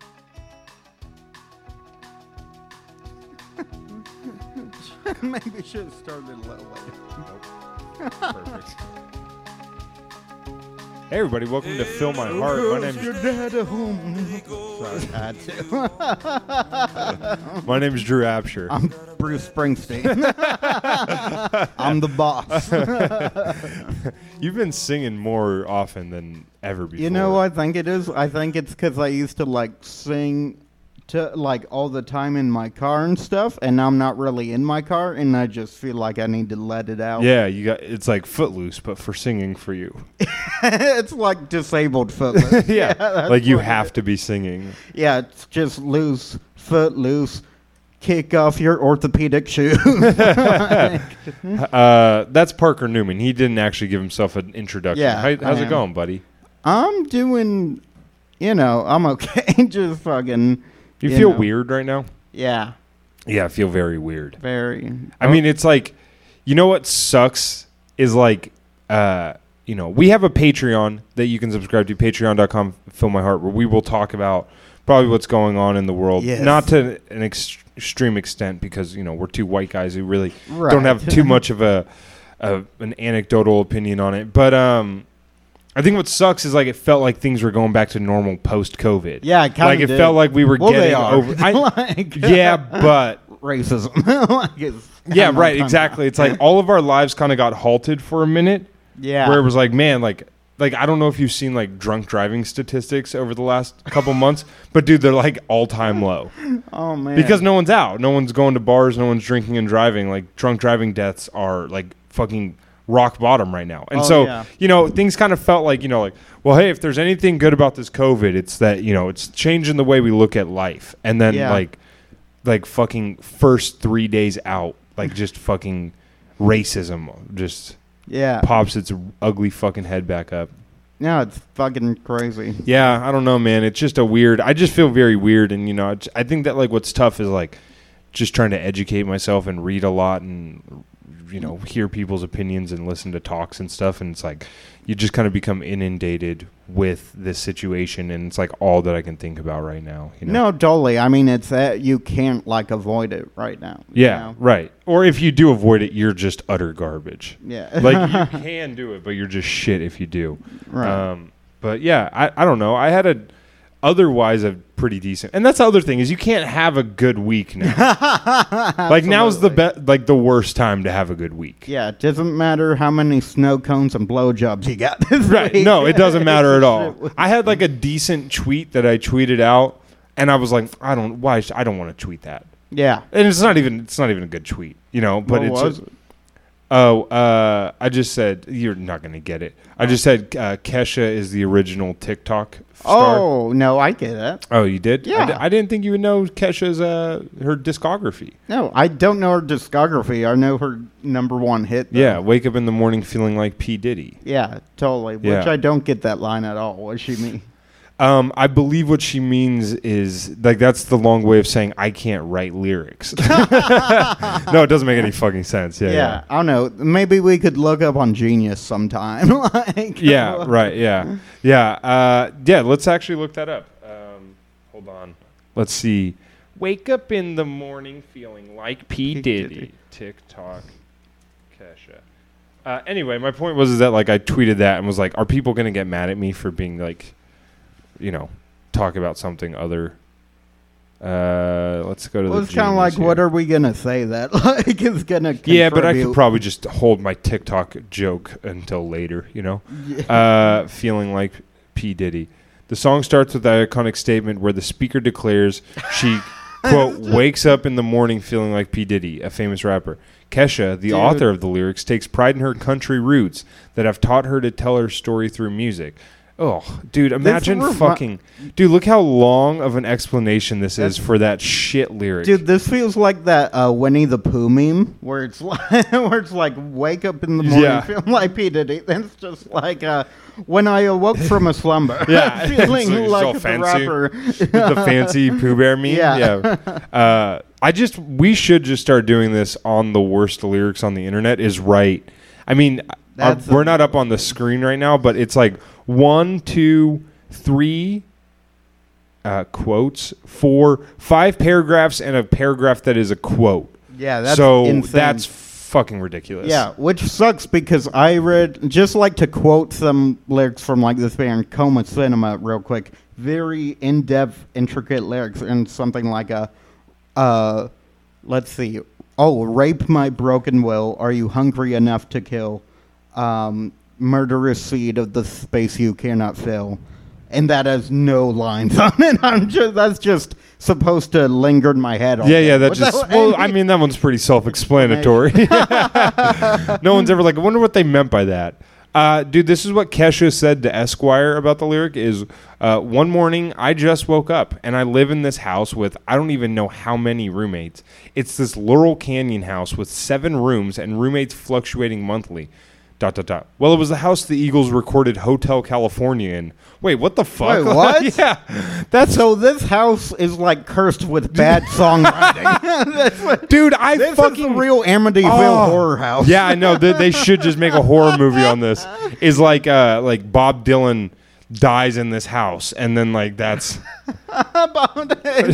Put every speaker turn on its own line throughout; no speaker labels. Maybe should have started it a little later.
Nope. Perfect. Hey everybody, welcome to Fill My Heart. My name is
dad at home. Sorry, I had to.
my name is Drew Apsher.
I'm Bruce Springsteen. I'm the boss.
You've been singing more often than ever before.
You know, I think it is. I think it's because I used to like sing to like all the time in my car and stuff, and now I'm not really in my car, and I just feel like I need to let it out.
Yeah, you got it's like Footloose, but for singing for you.
it's like disabled footloose.
yeah,
that's
like you
what it
have
is.
to be singing.
Yeah, it's just loose foot loose. Kick off your orthopedic shoe.
Uh, that's Parker Newman. He didn't actually give himself an introduction.
Yeah,
How, how's
I
it
am.
going, buddy?
I'm doing, you know, I'm okay. just fucking.
You,
You
feel
know.
weird right now?
Yeah,
Yeah, I feel very weird.
very.
I mean, it's like, you know what sucks is like, uh, you know, we have a Patreon that you can subscribe to, patreon.com, fill my heart, where we will talk about probably what's going on in the world.
Yes.
Not to an ex- extreme extent because, you know, we're two white guys who really
Right.
don't have too much of a, a an anecdotal opinion on it. But um, I think what sucks is like it felt like things were going back to normal post COVID.
Yeah, it kinda
like it
did.
felt like we were
well,
getting
they are.
over. I,
like,
yeah, but
racism. like it's,
yeah,
I'm not
right,
talking
exactly. It's like all of our lives kind of got halted for a minute,
about- Yeah,
where it was like, man, like, like I don't know if you've seen like drunk driving statistics over the last couple months, but dude, they're like all time low
oh man,
because no one's out, no one's going to bars, no one's drinking and driving. Like drunk driving deaths are like fucking rock bottom right now, and
Oh,
so
yeah.
you know things kind of felt like you know like well, hey, if there's anything good about this COVID, it's that you know it's changing the way we look at life, and then
Yeah.
like like fucking first three days out, like just fucking racism just
yeah,
pops its ugly fucking head back up.
no, it's fucking crazy.
Yeah, I don't know, man. It's just a weird. I just feel very weird, and you know, I j- I think that like what's tough is like just trying to educate myself and read a lot and you know hear people's opinions and listen to talks and stuff. And it's like you just kind of become inundated with this situation, and it's like all that I can think about right now. You know?
No, totally. I mean, it's that you can't like avoid it right now. you
Yeah,
know?
right. Or if you do avoid it, you're just utter garbage.
yeah,
like you can do it, but you're just shit if you do.
Right.
Um, but yeah, I, I don't know. I had a otherwise a pretty decent, and that's the other thing is you can't have a good week now. like now's the be- like the worst time to have a good week.
yeah. It doesn't matter how many snow cones and blowjobs you got. This
Right.
week.
No, it doesn't matter at all.
Shit.
I had like a decent tweet that I tweeted out, and I was like, I don't why sh- I don't want to tweet that.
yeah.
And it's not even it's not even a good tweet, you know. But
What
it's
was it?
Oh, uh, I just said you're not gonna get it.
Oh.
I just said uh, Kesha is the original TikTok star.
Oh no, I get it.
Oh, you did? I, di-
Yeah.
I didn't think you would know Kesha's uh, her discography.
No, I don't know her discography. I know her number one hit. though.
Yeah, wake up in the morning feeling like P Diddy.
Yeah, totally. Which
Yeah.
I don't get that line at all. What she mean?
Um, I believe what she means is like that's the long way of saying I can't write lyrics. no, it doesn't make any fucking sense. Yeah,
Yeah,
yeah,
I don't know. Maybe we could look up on Genius sometime. like,
yeah, right, yeah, yeah, uh, yeah. Let's actually look that up. Um, hold on, let's see. Wake up in the morning feeling like P
P.
Diddy.
Diddy.
TikTok, Kesha. Uh, anyway, my point was is that like I tweeted that and was like, are people gonna get mad at me for being like, you know, talk about something other? Uh, let's go to
Well,
the.
it's kind of like,
genius
what
here.
are we gonna say that like is gonna? Contribute.
Yeah, but I could probably just hold my TikTok joke until later, you know? Uh, feeling like P. Diddy. The song starts with the iconic statement where the speaker declares she, quote, wakes up in the morning feeling like P. Diddy, a famous rapper. Kesha, the
Dude.
author of the lyrics, takes pride in her country roots that have taught her to tell her story through music. Oh, dude, imagine
remi-
fucking. Dude, look how long of an explanation this is
That's-
for that shit lyric.
Dude, this feels like that uh, Winnie the Pooh meme where it's like, where it's like wake up in the morning,
Yeah.
feeling like P Diddy. That's just like uh, when I awoke from a slumber,
Yeah, it's
feeling
like- it's all
like the
fancy.
rapper.
with the fancy Pooh Bear meme.
Yeah.
Uh, I just we should just start doing this on the worst lyrics on the internet. Is right. I mean, uh,
That's
we're
a-
not up on the screen right now, but it's like one, two, three. Uh, quotes four, five paragraphs, and a paragraph that is a quote.
Yeah, that's
so
insane.
that's fucking ridiculous.
Yeah, which sucks because I read just like to quote some lyrics from like this band Coma Cinema real quick. Very in depth, intricate lyrics and something like a, uh, let's see, oh, rape my broken will. Are you hungry enough to kill? Um, murderous seed of the space you cannot fill. And that has no lines on it. I'm just that's just supposed to linger in my head. All
Yeah,
day.
yeah, that
What
just.
the-
Well, I mean, that one's pretty self-explanatory. no one's ever like, I wonder what they meant by that. Uh, dude, this is what Kesha said to Esquire about the lyric: "Is uh, one morning I just woke up and I live in this house with I don't even know how many roommates. It's this Laurel Canyon house with seven rooms and roommates fluctuating monthly." Dot dot dot. Well, it was the house the Eagles recorded "Hotel California" in. Wait, what the fuck?
Wait, what?
yeah, that's
So this house is like cursed with bad songwriting. That's what-
dude. I
this is the
fucking
real Amityville
Oh.
horror house.
Yeah, I know. They, they should just make a horror movie on this. Is like uh like Bob Dylan dies in this house, and then like that's
it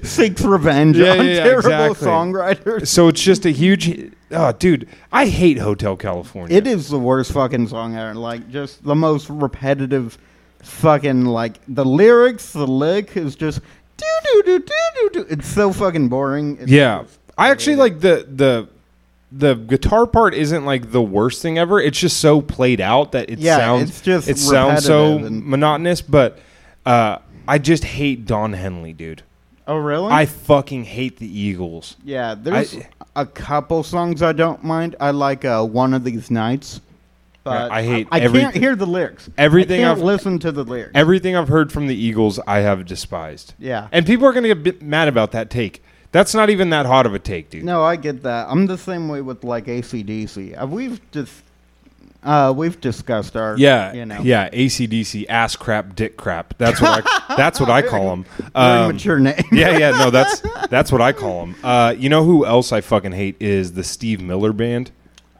just seeks revenge
Yeah,
on
yeah, yeah,
terrible
exactly.
songwriters.
so it's just a huge. Oh, dude, I hate Hotel California.
It is the worst fucking song ever. Like just the most repetitive fucking like the lyrics, the lick is just do do do do do do. It's so fucking boring. It's
Yeah,
just-
I actually like the the the guitar part isn't like the worst thing ever. It's just so played out that it
Yeah,
sounds
it's just
it sounds so
repetitive and-
monotonous. But uh, I just hate Don Henley, dude.
Oh really?
I fucking hate the Eagles.
yeah, there's a couple songs I don't mind. I like uh, one of these nights. But
I hate
I, can't
everything-
hear the lyrics.
Everything
I can't
I've-
listened to the lyrics.
Everything I've heard from the Eagles, I have despised.
yeah.
And people are going to get bit mad about that take. That's not even that hot of a take, dude.
No, I get that. I'm the same way with like ACDC. Uh, We've dis- uh, we've discussed our
Yeah,
you know
yeah. ACDC, ass crap, dick crap. That's what I. that's what I call them.
very
um,
mature name.
yeah, yeah. No, that's that's what I call them. Uh, you know who else I fucking hate is the Steve Miller Band.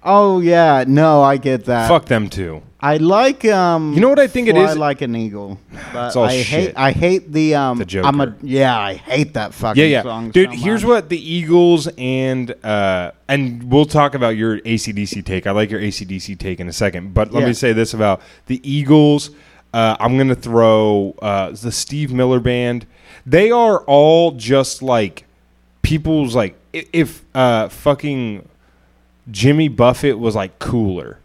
Oh yeah, no, I get that.
Fuck them too.
I like um.
You know what I think it
Fly
is?
like an eagle. But
all
I hate
shit.
I hate the um.
The
I'm a
Joker.
yeah. I hate that fucking
Yeah, yeah,
song.
dude.
so
here's
much.
what the Eagles and uh, and we'll talk about your ACDC take. I like your ACDC take in a second, but let
Yeah.
me say this about the Eagles. Uh, I'm gonna throw uh, the Steve Miller Band. They are all just like people's like i- if uh, fucking Jimmy Buffett was like cooler.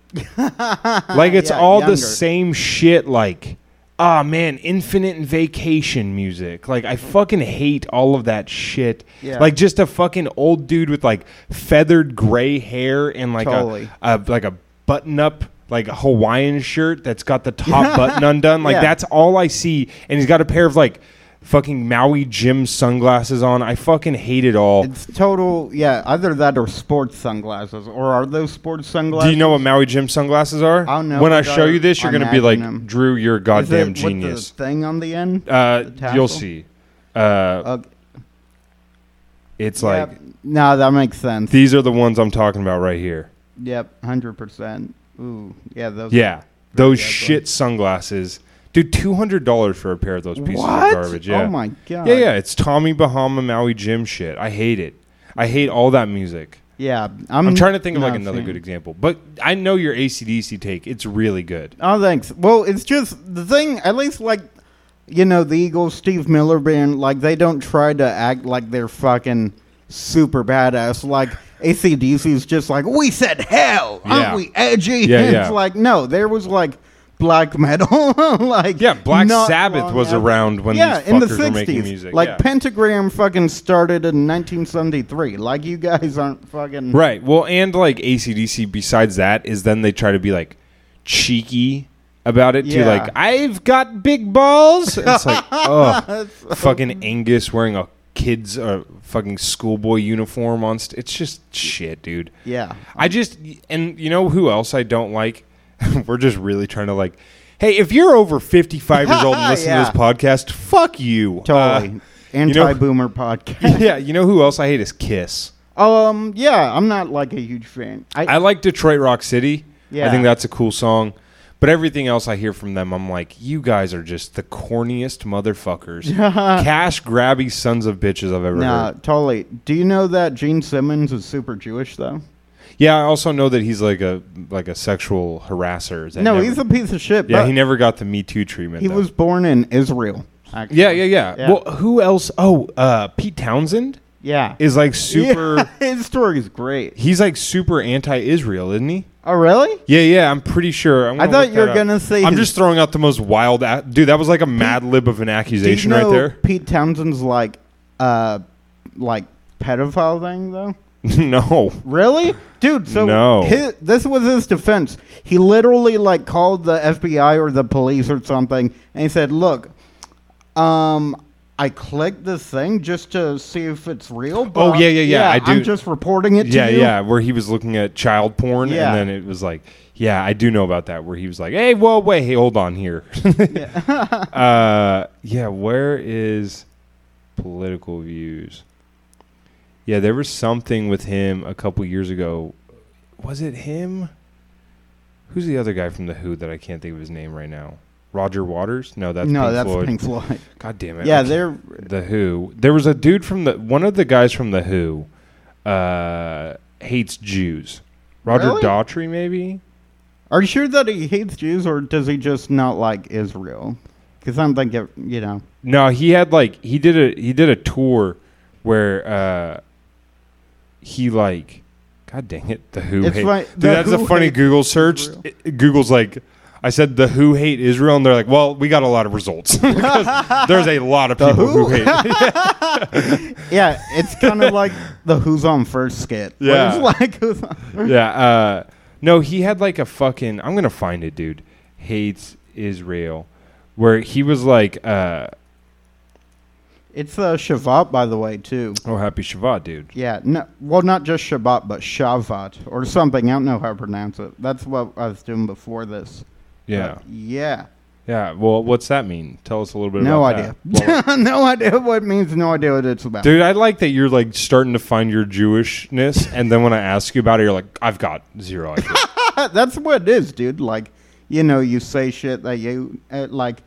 like it's
Yeah,
all
younger.
the same shit. Like, ah man, infinite and vacation music. Like I fucking hate all of that shit.
Yeah.
Like just a fucking old dude with like feathered gray hair and like
Totally.
a, a like a button up like a Hawaiian shirt that's got the top button undone. Like
Yeah.
that's all I see. And he's got a pair of like fucking Maui Jim sunglasses on. I fucking hate it all.
It's total yeah. Either that or sports sunglasses, or are those sports sunglasses?
Do you know what Maui Jim sunglasses are?
I don't know,
When I
but
show
I
you this, you're going to be like,
imagine 'em.
Drew, you're a
Is it
goddamn
with the
genius.
thing on the end.
uh,
the tassel?
you'll see. Uh,
Okay.
it's like,
Yep. no, that makes sense.
these are the ones I'm talking about right here.
Yep, hundred percent. Ooh, yeah, those.
Yeah. Those
ugly.
shit sunglasses. Dude, $200 for a pair of those pieces
What?
of garbage. Yeah.
Oh my god.
Yeah, yeah. It's Tommy Bahama Maui Jim shit. I hate it. I hate all that music.
Yeah, I'm,
I'm, trying to think of like
not
another
seeing-
good example, but I know your ACDC take. It's really good.
Oh, thanks. Well, it's just the thing. At least like, you know, the Eagles, Steve Miller band, like they don't try to act like they're fucking super badass. Like ACDC's just like we said, hell,
Yeah.
aren't we edgy?
Yeah,
it's
yeah.
like no, there was like black metal. like
Yeah, Black
not
Sabbath
long
was
after-
around when
yeah,
these
in the
fuckers were making
60s.
music,
Like
yeah.
Pentagram fucking started in 1973. Like you guys aren't fucking
Right. Well, and like ACDC, besides that, is then they try to be like cheeky about it too.
Yeah.
Like, I've got big balls. And it's like, oh, fucking Angus wearing a kid's uh, fucking schoolboy uniform on. St- it's just shit, dude.
Yeah.
I just, and you know who else I don't like? We're just really trying to like, hey, if you're over 55 years old and listen
Yeah.
to this podcast, fuck Uh, you.
Totally.
you know-
Anti-boomer podcast.
Uh, yeah. You know who else I hate is Kiss.
Um, yeah, I'm not like a huge fan. I,
I like Detroit Rock City. I
Yeah.
think that's a cool song. But everything else I hear from them, I'm like, you guys are just the corniest motherfuckers, cash grabby sons of bitches I've ever
Nah,
heard.
totally. Do you know that Gene Simmons is super Jewish though?
Yeah, I also know that he's like a like a sexual harasser. that
no,
never-
he's a piece of shit.
yeah.
but
He never got the Me Too treatment.
he
though.
was born in Israel. actually.
Yeah, yeah, yeah,
Yeah.
Well, who else? Oh, uh, Pete Townsend
yeah.
is like super.
Yeah, his story's great.
He's like super anti-Israel, isn't he?
Oh, really?
Yeah, yeah. I'm pretty sure. I'm
I
gonna
thought
look
you were
that up.
gonna say
I'm
his-
just throwing out the most wild. A- Dude, that was like a mad lib of an
Do
accusation
you know
right there.
Pete Townsend's like, uh, like pedophile thing though.
no.
Really, dude? So
No.
hi- this was his defense. He literally like called the FBI or the police or something, and he said, "Look, um, I clicked this thing just to see if it's real. but
Oh, yeah, yeah, yeah, I do-
I'm just reporting it to
Yeah,
you.
yeah. Where he was looking at child porn,
Yeah.
and then it was like, yeah, I do know about that. Where he was like, hey, whoa, wait, hey, hold on here. uh, yeah, where is political views? Yeah, there was something with him a couple years ago. Was it him? Who's the other guy from the Who that I can't think of his name right now? Roger Waters? No, that's
no,
Pink
that's
Floyd.
Pink Floyd.
God damn it! I
Yeah,
can't-
they're
the Who. There was a dude from the one of the guys from the Who uh, hates Jews. Roger
Really?
Daughtry, maybe.
Are you sure that he hates Jews, or does he just not like Israel? Because I'm thinking, you know,
No, he had like he did a he did a tour where uh, he like, God dang it, the Who.
It's
hate.
like-
Dude,
the
that's a
Who
funny
hate
Google search.
Israel.
It- Google's like. I said the Who hate Israel, and they're like, "Well, we got a lot of results. 'Cause there's a lot of people who,
Who?
hate."
yeah, it's kind of like the Who's on First skit. where
Yeah.
it's like Who's on
yeah. Uh, no, he had like a fucking. I'm gonna find it, dude. Hates Israel, where he was like, uh,
It's uh, Shavat, by the way, too.
"Oh, happy Shabbat, dude."
Yeah, no, well, not just Shabbat, but Shavat or something. I don't know how to pronounce it. That's what I was doing before this.
Yeah,
But yeah,
yeah. Well, what's that mean? Tell us a little bit.
no
about
idea.
that. Well,
no idea what it means. No idea what it's about.
dude, I like that you're like starting to find your Jewishness, and then when I ask you about it, you're like, "I've got zero idea."
That's what it is, dude. Like, you know, you say shit that you uh, like,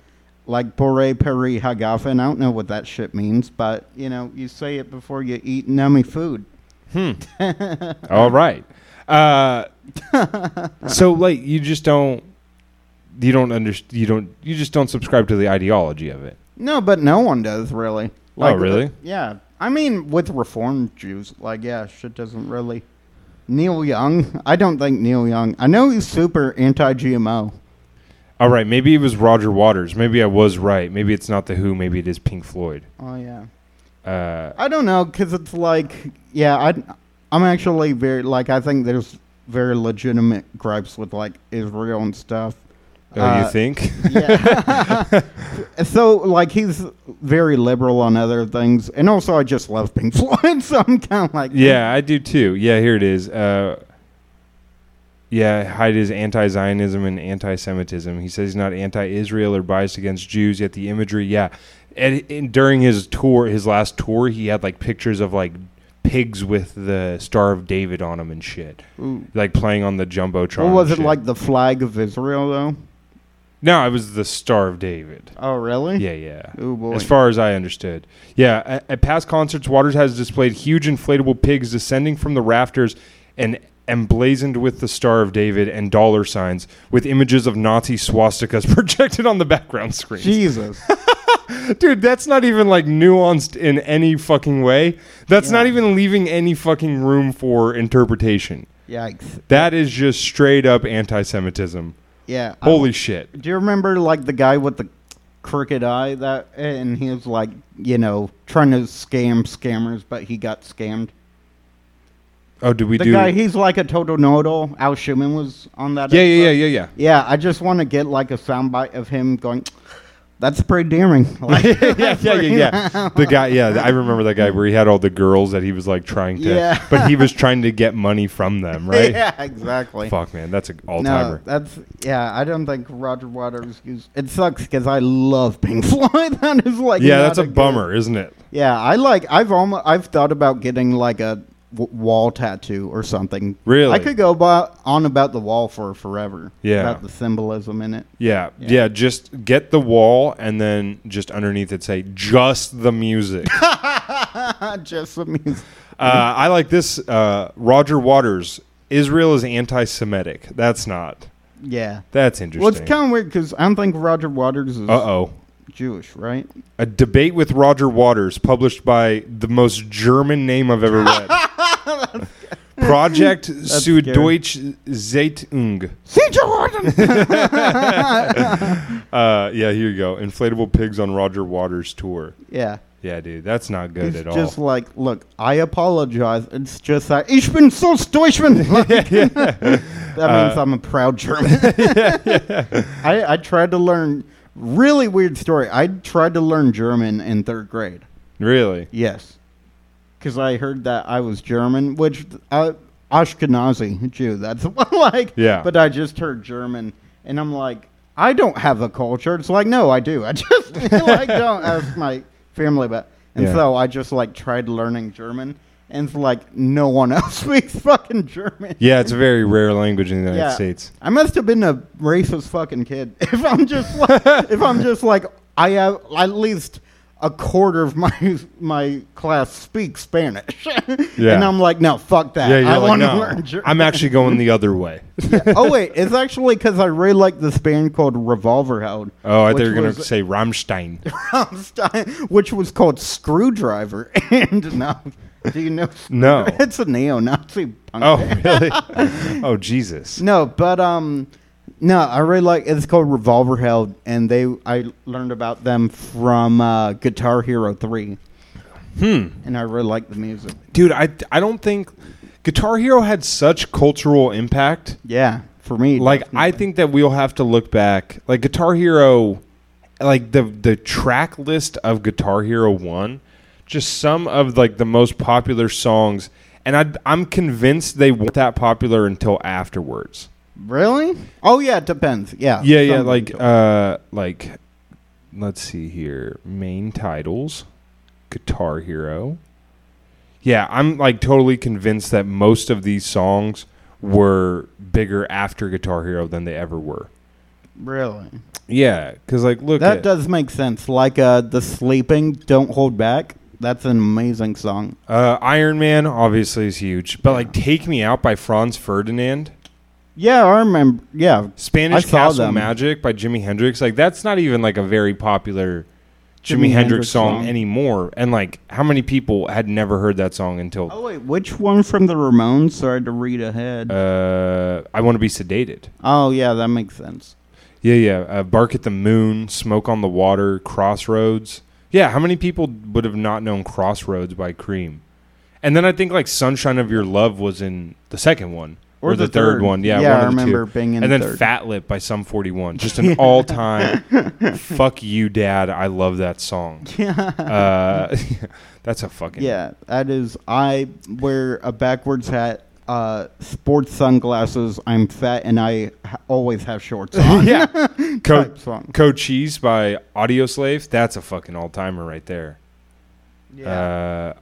like bore peri hagafen. I don't know what that shit means, but you know, you say it before you eat nummy food.
All right. Uh, so like, you just don't. You don't understand. You don't. You just don't subscribe to the ideology of it.
No, but no one does really. Like,
Oh, really?
uh, yeah. I mean, with Reformed Jews, like, yeah, shit doesn't really. Neil Young, I don't think Neil Young. I know he's super anti-GMO.
All right, maybe it was Roger Waters. Maybe I was right. Maybe it's not the Who. Maybe it is Pink Floyd.
Oh yeah.
Uh,
I don't know because it's like, yeah, I, I'm actually very like I think there's very legitimate gripes with like Israel and stuff.
oh,
Uh,
you think?
Yeah. so like he's very liberal on other things, and also I just love Pink Floyd, so I'm kind of like,
yeah, I do too. Yeah, here it is. Uh, yeah, Hyde is anti-Zionism and anti-Semitism. He says he's not anti-Israel or biased against Jews. Yet the imagery, yeah, and, and during his tour, his last tour, he had like pictures of like pigs with the Star of David on them and shit,
Ooh.
like playing on the
What
jumbotron. and
was it
shit.
like the flag of Israel though?
No, it was the Star of David.
Oh really?
Yeah, yeah.
Oh, boy.
As far as I understood. Yeah, at, at past concerts, Waters has displayed huge inflatable pigs descending from the rafters and emblazoned with the Star of David and dollar signs, with images of Nazi swastikas projected on the background screen.
Jesus.
Dude, that's not even like nuanced in any fucking way. That's
Yeah.
not even leaving any fucking room for interpretation.
Yikes.
That is just straight up anti Semitism.
Yeah. I-
Holy shit.
do you remember like the guy with the crooked eye that and he was like, you know, trying to scam scammers, but he got scammed.
Oh, did we
The
do
guy, he's like a total know-it-all. Al Schumann was on that.
Yeah, yeah, yeah,
episode.
yeah, yeah.
Yeah, I just want to get like a soundbite of him going, "That's pretty daring." Like,
yeah, yeah, yeah, yeah. The guy, yeah, I remember that guy where he had all the girls that he was like trying to,
Yeah.
but he was trying to get money from them, right?
yeah, exactly.
Fuck, man, that's an all
No,
timer.
that's yeah. I don't think Roger Waters used. It sucks because I love Pink Floyd. that is like
yeah,
not
that's a
good-
bummer, isn't it?
Yeah, I like. I've almost. I've thought about getting like a w- wall tattoo or something.
Really?
I could go by, on about the wall for forever.
Yeah.
about the symbolism in it.
Yeah,
Yeah.
yeah, Just get the wall, and then just underneath it say just the music. uh,
Just the music.
I like this. Uh, Roger Waters. Israel is anti-Semitic. That's not.
Yeah.
That's interesting.
Well, it's kind of weird because I don't think Roger Waters is
uh oh.
Jewish, right?
A debate with Roger Waters, published by the most German name I've ever read. Project zu
scary.
Deutsch Zeitung.
See Jordan.
Uh, yeah, here you go. Inflatable pigs on Roger Waters tour.
yeah.
Yeah, dude, that's not good
It's
at
just
all.
like, look, I apologize. It's just that ich bin so Deutschman. Like, That
Uh,
means I'm a proud German. I, I tried to learn really weird story. I tried to learn German in third grade.
Really?
Yes, because I heard that I was German, which uh, Ashkenazi Jew. That's what like.
Yeah.
But I just heard German, and I'm like, I don't have a culture. It's like, no, I do. I just like don't ask my family about. And
Yeah.
so I just like tried learning German, and it's like no one else speaks fucking German.
Yeah, it's a very rare language in the United
Yeah.
States.
I must have been a racist fucking kid. If I'm just like, if I'm just like, I have at least a quarter of my my class speaks Spanish,
Yeah.
and I'm like, no, fuck that.
Yeah, you're
I
like,
want to
no,
learn German.
I'm actually going the other way.
oh wait, it's actually because I really like this band called Revolverhound.
Oh, I thought
which
you were going to
was-
say Rammstein.
Rammstein, which was called Screwdriver. And no, do you know?
No.
it's a neo-Nazi punk.
Oh,
band.
really? oh, Jesus.
No, but um, no, I really like it's called Revolver Held, and they I learned about them from uh, Guitar Hero Three,
Hmm.
and I really like the music.
Dude, I, I don't think Guitar Hero had such cultural impact.
Yeah, for me,
Like,
definitely.
I think that we'll have to look back. Like, Guitar Hero, like the, the track list of Guitar Hero 1, just some of like the most popular songs. And I, I'm convinced they weren't that popular until afterwards.
really. Oh yeah, it depends. Yeah,
yeah yeah
Some
like
people.
uh like let's see here main titles guitar hero yeah i'm like totally convinced that most of these songs were bigger after guitar hero than they ever were
really.
yeah because like look
That
at,
does make sense. Like uh, the sleeping, don't hold back. That's an amazing song.
uh iron man obviously is huge but like take me out by franz ferdinand
Yeah, I remember. Yeah,
spanish
I saw
castle
them.
magic by jimi hendrix like that's not even like a very popular Jimi,
Jimi
Hendrix,
Hendrix
song,
song.
anymore, and like how many people had never heard that song until
Oh wait, which one from the Ramones? Sorry to read ahead.
Uh, I want to be sedated.
oh yeah, that makes sense.
Yeah, yeah. Uh, Bark at the Moon, Smoke on the Water, Crossroads. Yeah, how many people would have not known Crossroads by Cream? And then I think like Sunshine of Your Love was in the second one or, the, third, one. Yeah,
yeah,
one
I
of the two.
remember being in.
And then
third.
Fat Lip by Sum 41. Just an all time fuck you, dad. I love that song. Uh, that's a fucking.
Yeah, that is. I wear a backwards hat, uh, sports sunglasses. I'm fat, and I ha- always have shorts on.
yeah. Co-
Type song.
Code Cheese by Audio Slave. That's a fucking all timer right there.
Yeah.
Uh,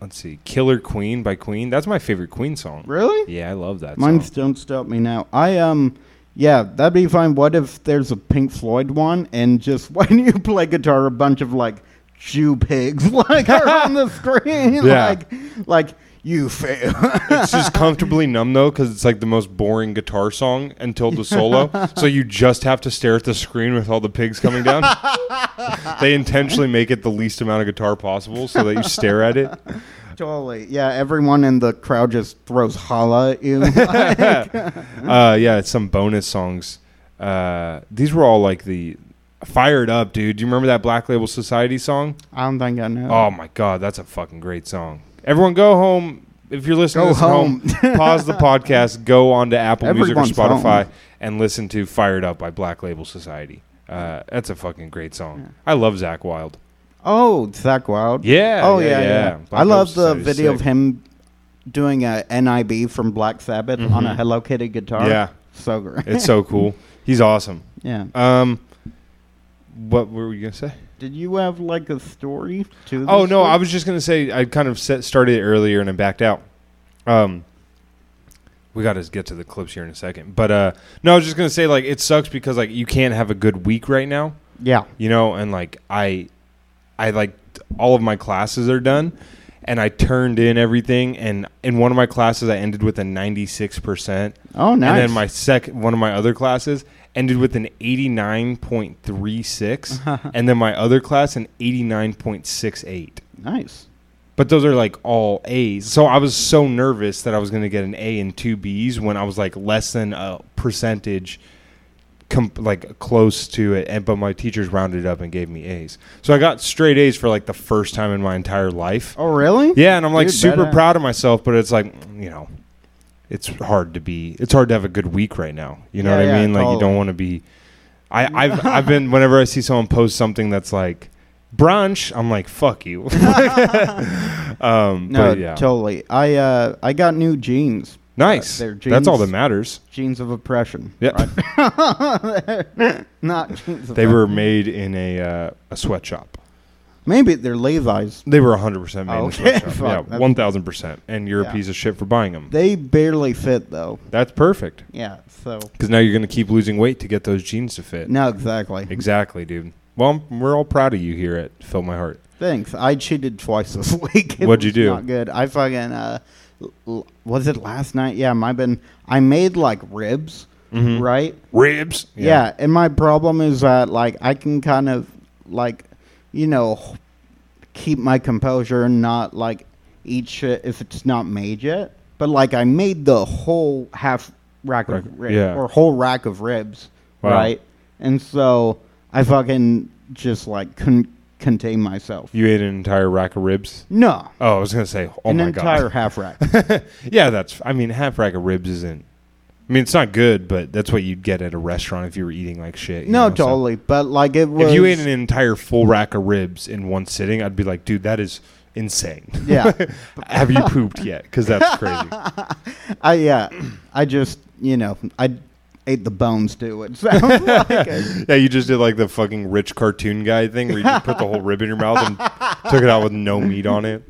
let's see. Killer Queen by Queen. That's my favorite Queen song.
really?
Yeah, I love that
Mine's
song.
"Don't Stop Me Now." I um, yeah, that'd be fine. What if there's a Pink Floyd one, and just when you play guitar, a bunch of like Jew pigs like are on the screen,
Yeah.
like like you fail.
it's just comfortably numb though, because it's like the most boring guitar song until the solo. so you just have to stare at the screen with all the pigs coming down. they intentionally make it the least amount of guitar possible so that you stare at it.
totally. Yeah, everyone in the crowd just throws holla at you.
uh, yeah, it's some bonus songs. Uh, these were all like the fired up, dude. Do you remember that Black Label Society song?
I don't think I know.
Oh my god, that's a fucking great song. Everyone, go home. If you're
Go
listening to this at home. pause the podcast, go on to Apple Music
Everyone's
or Spotify,
home.
and listen to "Fired Up" by Black Label Society. Uh, that's a fucking great song. I love Zach Wild.
Oh, Zach Wild.
Yeah.
oh yeah, yeah.
Black
I
Label
love the
Society's
video of
sick.
him doing a NIB from Black Sabbath on a Hello Kitty guitar.
Mm-hmm. Yeah,
So great.
it's so cool. He's awesome.
yeah.
Um, what were we gonna say?
Did you have like a story to?
Oh
this
no,
one?
I was just gonna say I kind of set, started it earlier and I backed out. Um, we got to get to the clips here in a second, but uh, no, I was just gonna say like it sucks because like you can't have a good week right now,
Yeah.
you know, and like I, I like all of my classes are done, and I turned in everything, and in one of my classes I ended with a ninety six percent,
Oh, nice.
and then my second one of my other classes ended with an eighty nine point three six, and then my other class an eighty nine point six eight
nice.
but those are like all A's. So I was so nervous that I was going to get an A and two B's when I was like less than a percentage, com- like close to it. And but my teachers rounded up and gave me A's. So I got straight A's for like the first time in my entire life.
Oh, really?
Yeah, and I'm like
Dude,
super
badass.
proud of myself. But it's like you know, it's hard to be. It's hard to have a good week right now. You know
Yeah,
what I
yeah,
mean? Like you
totally.
don't want to be. I, I've I've been whenever I see someone post something that's like brunch, I'm like fuck you. um,
No,
but yeah,
totally. I uh, I got new jeans.
nice.
uh, they're
that's all that
jeans.
matters.
Jeans of oppression.
Yeah,
Not jeans. Of
they were made in a uh, a sweatshop.
Maybe they're Levi's.
They were 100 percent made
Oh, Okay,
in a sweatshop.
fuck,
yeah,
that's-
1,000 percent. And you're
Yeah.
a piece of shit for buying them.
They barely fit though.
That's perfect.
Yeah. So.
Because now you're going to keep losing weight to get those jeans to fit.
No, exactly.
Exactly, dude. Well, I'm, we're all proud of you here at Fill My Heart.
Thanks. I cheated twice this week. It
What'd you
was
do?
Not good. I fucking uh, l- l- was it last night? Yeah, my been. I made like ribs,
Mm-hmm.
right?
Ribs.
Yeah. and my problem is that like I can kind of like, you know, keep my composure and not like eat shit if it's not made yet. But like I made the whole half rack
Rack-
of ribs
yeah.
or whole rack of ribs,
Wow.
right? And so I fucking just like couldn't contain myself.
You ate an entire rack of ribs.
No.
Oh, I was gonna say, oh
an
my
entire half rack.
god. yeah, that's. I mean, half rack of ribs isn't. I mean, it's not good, but that's what you'd get at a restaurant if you were eating like shit. you
no,
know, so-
totally. But like it was.
If you ate an entire full rack of ribs in one sitting, I'd be like, dude, that is insane.
Yeah.
Have you pooped yet? Because that's crazy.
I yeah. I just you know I ate the bones to it. So like, I-
yeah, you just did like the fucking rich cartoon guy thing where you just put the whole rib in your mouth and took it out with no meat on it.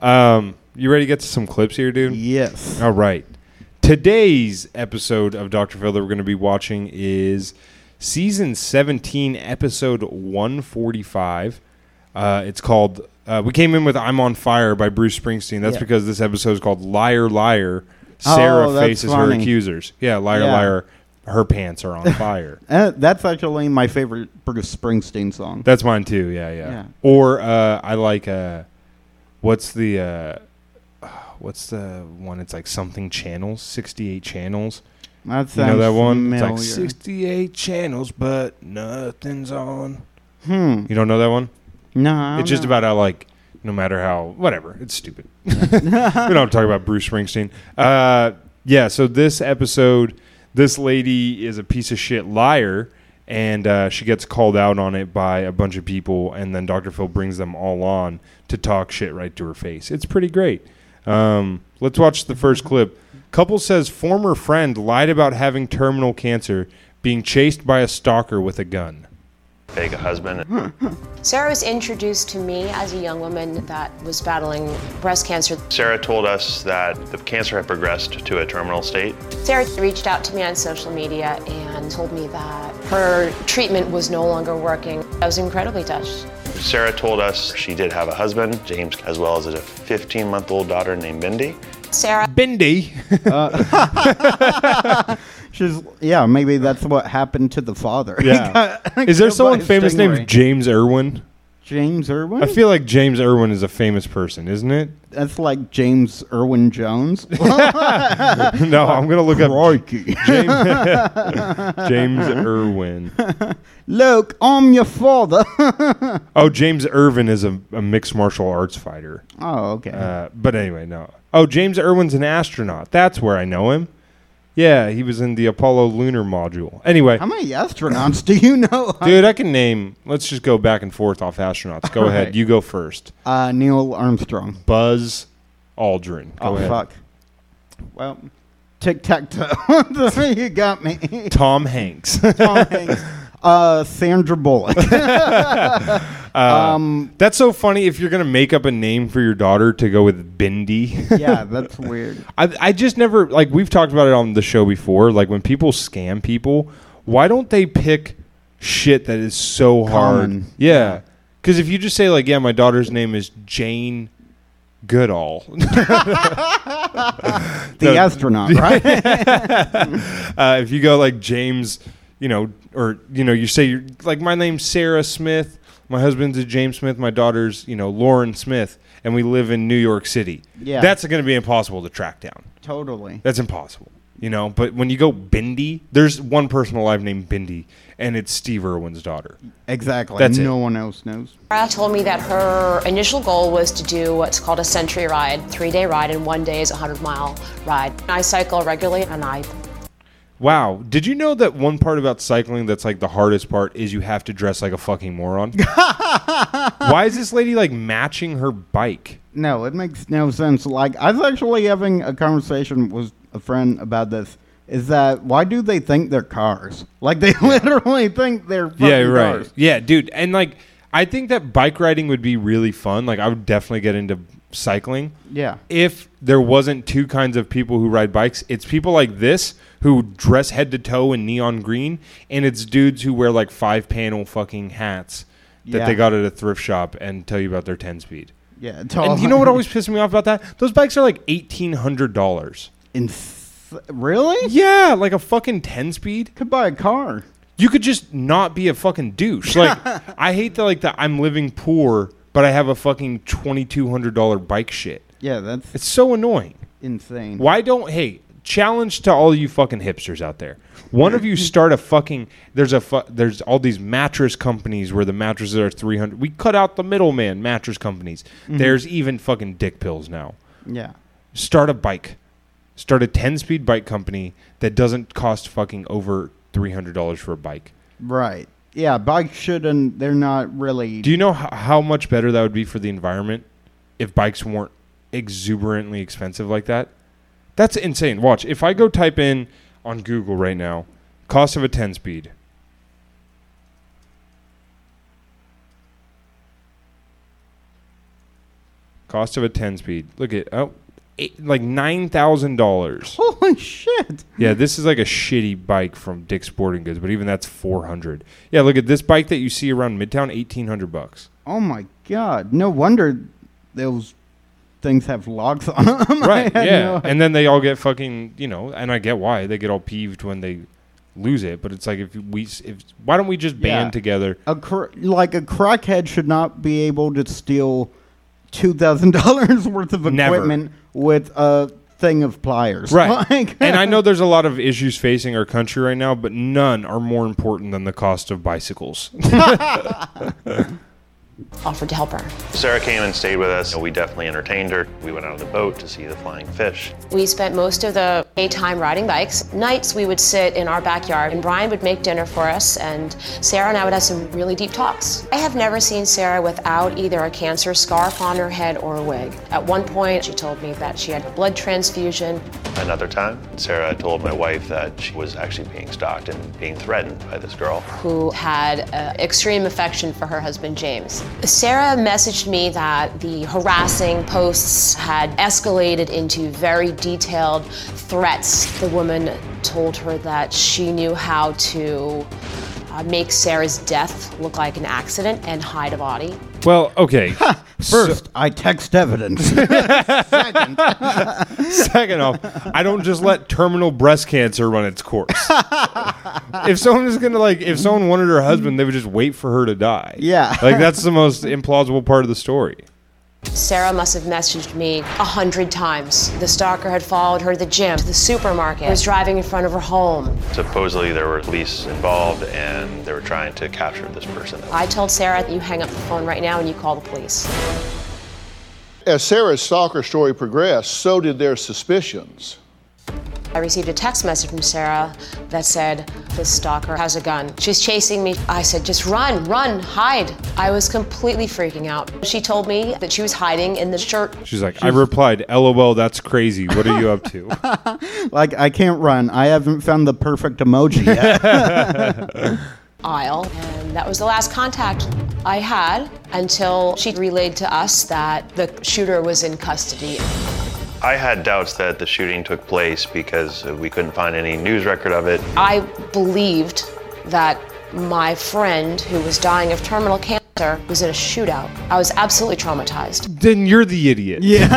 Um, you ready to get to some clips here, dude?
yes.
All right. Today's episode of Dr. Phil that we're going to be watching is season 17, episode 145. Uh, it's called, uh, we came in with I'm on Fire by Bruce Springsteen. That's
Yeah.
because this episode is called Liar, Liar.
Oh,
Sarah
that's
faces her
funny.
accusers. Yeah, Liar,
Yeah.
Liar. Her pants are on fire.
Uh, that's actually my favorite Bruce Springsteen song.
That's mine too. Yeah, yeah.
Yeah.
Or uh, I like uh, what's the uh, what's the one? It's like something channels, sixty-eight channels.
That sounds
You know that one?
Familiar.
It's like 68 channels, but nothing's on.
Hmm.
You don't know that one?
Oh, No. I
it's just
don't
about how, like, no matter how, whatever. It's stupid. we don't talk about Bruce Springsteen. Uh, yeah, so this episode, this lady is a piece of shit liar, and uh, she gets called out on it by a bunch of people, and then Dr. Phil brings them all on to talk shit right to her face. It's pretty great. Um, let's watch the first clip. Couple says former friend lied about having terminal cancer, being chased by a stalker with a gun.
fake a husband.
Sarah was introduced to me as a young woman that was battling breast cancer.
Sarah told us that the cancer had progressed to a terminal state.
Sarah reached out to me on social media and told me that her treatment was no longer working. I was incredibly touched.
Sarah told us she did have a husband, James, as well as a 15 month old daughter named Bindi.
Sarah
Bendy.
know. She's yeah. Maybe that's what happened to the father.
Yeah. Is there
Killed
someone
by a
famous
stingray.
named James Irwin?
James Irwin?
I feel like James Irwin is a famous person, isn't it?
that's like James Irwin Jones.
No, I'm gonna look up
Crikey.
James, James Irwin.
Look, I'm your father.
Oh, James Irwin is a, a mixed martial arts fighter.
oh, okay.
Uh, but anyway, no. Oh, James Irwin's an astronaut. That's where I know him. Yeah, he was in the Apollo lunar module. Anyway,
How many astronauts do you know?
dude, I can name. Let's just go back and forth off astronauts. Go ahead,
right.
you go first.
Uh, Neil Armstrong.
Buzz Aldrin. Go
oh
ahead.
fuck. Well, tic tac toe. you got me.
Tom Hanks.
Tom Hanks. Uh, Sandra Bullock.
That's so funny. If you're gonna make up a name for your daughter to go with Bindi,
yeah, that's weird.
I, I just never like we've talked about it on the show before. Like when people scam people, why don't they pick shit that is so hard?
Common.
Yeah, because if you just say like, yeah, my daughter's name is Jane Goodall,
The astronaut, right?
uh, if you go like James, you know, or you know, you say you're, like my name's Sarah Smith, my husband's is James Smith, my daughter's you know Lauren Smith, and we live in New York City.
Yeah.
that's going to be impossible to track down.
totally.
That's impossible. You know, but when you go Bindi, there's one person alive named Bindi, and it's Steve Irwin's daughter.
Exactly.
That's it.
no one else knows.
Sarah told me that her initial goal was to do what's called a century ride, three day ride, and one day is a 100 mile ride. I cycle regularly and I
Wow. Did you know that one part about cycling that's like the hardest part is you have to dress like a fucking moron? Why is this lady like matching her bike?
No, it makes no sense. Like I was actually having a conversation with a friend about this. Is that why do they think they're cars? Like they literally think they're fucking
yeah, right.
cars.
Yeah, dude. And like, I think that bike riding would be really fun. Like, I would definitely get into cycling.
Yeah.
If there wasn't two kinds of people who ride bikes, it's people like this who dress head to toe in neon green, and it's dudes who wear like five panel fucking hats that
Yeah.
they got at a thrift shop and tell you about their 10 speed.
Yeah,
And
totally.
you know what always pissed me off about that? Those bikes are like $1,800.
Ins- really?
Yeah, like a fucking 10 speed.
Could buy a car.
you could just not be a fucking douche. Like I hate the like that I'm living poor, but I have a fucking twenty two hundred dollar bike shit.
Yeah, that's
It's so annoying.
insane.
Why don't hey challenge to all you fucking hipsters out there? One of you start a fucking there's a fu- there's all these mattress companies where the mattresses are three hundred. We cut out the middleman. Mattress companies. There's even fucking dick pills now.
Yeah.
Start a bike. Start a ten speed bike company that doesn't cost fucking over three hundred dollars for a bike.
Right. Yeah, bikes shouldn't. They're not really.
Do you know how, how much better that would be for the environment if bikes weren't exuberantly expensive like that? That's insane. Watch, if I go type in on Google right now, cost of a 10 speed. Cost of a 10 speed. Look at, oh, eight, like $9,000.
Holy shit!
Yeah, this is like a shitty bike from Dick's Sporting Goods, but even that's 400. Yeah, look at this bike that you see around Midtown, 1800 bucks.
Oh my god! No wonder those things have locks on them.
right yeah and then they all get fucking you know and i get why they get all peeved when they lose it but it's like if we if why don't we just band
Yeah. Oh
together
a cr- like a crackhead should not be able to steal two thousand dollars worth of
Never.
equipment with a thing of pliers.
right
Like,
and i know there's a lot of issues facing our country right now but none are more important than the cost of bicycles
offered to help her.
Sarah came and stayed with us. We definitely entertained her. We went out on the boat to see the flying fish.
We spent most of the daytime riding bikes. Nights we would sit in our backyard and Brian would make dinner for us and Sarah and I would have some really deep talks. I have never seen Sarah without either a cancer scarf on her head or a wig. At one point she told me that she had a blood transfusion.
Another time, Sarah told my wife that she was actually being stalked and being threatened by this girl.
who had uh, extreme affection for her husband James. Sarah messaged me that the harassing posts had escalated into very detailed threats. The woman told her that she knew how to uh, make Sarah's death look like an accident and hide a body.
well okay
First, I text evidence. Second,
Second off, I don't just let terminal breast cancer run its course. if someone is gonna like, if someone wanted her husband, they would just wait for her to die.
Yeah.
like that's the most implausible part of the story.
Sarah must have messaged me a hundred times. The stalker had followed her to the gym, to the supermarket, was driving in front of her home.
Supposedly, there were police involved and they were trying to capture this person.
I told Sarah that you hang up the phone right now and you call the police.
As Sarah's stalker story progressed, so did their suspicions.
I received a text message from Sarah that said, This stalker has a gun. She's chasing me. I said, Just run, run, hide. I was completely freaking out. She told me that she was hiding in the shirt.
She's like, I replied, "LOL, that's crazy. What are you up to?"
like I can't run. I haven't found the perfect emoji yet.
aisle. And that was the last contact I had until she relayed to us that the shooter was in custody.
I had doubts that the shooting took place because we couldn't find any news record of it.
I believed that my friend who was dying of terminal cancer was in a shootout. I was absolutely traumatized.
Then you're the idiot. Yeah.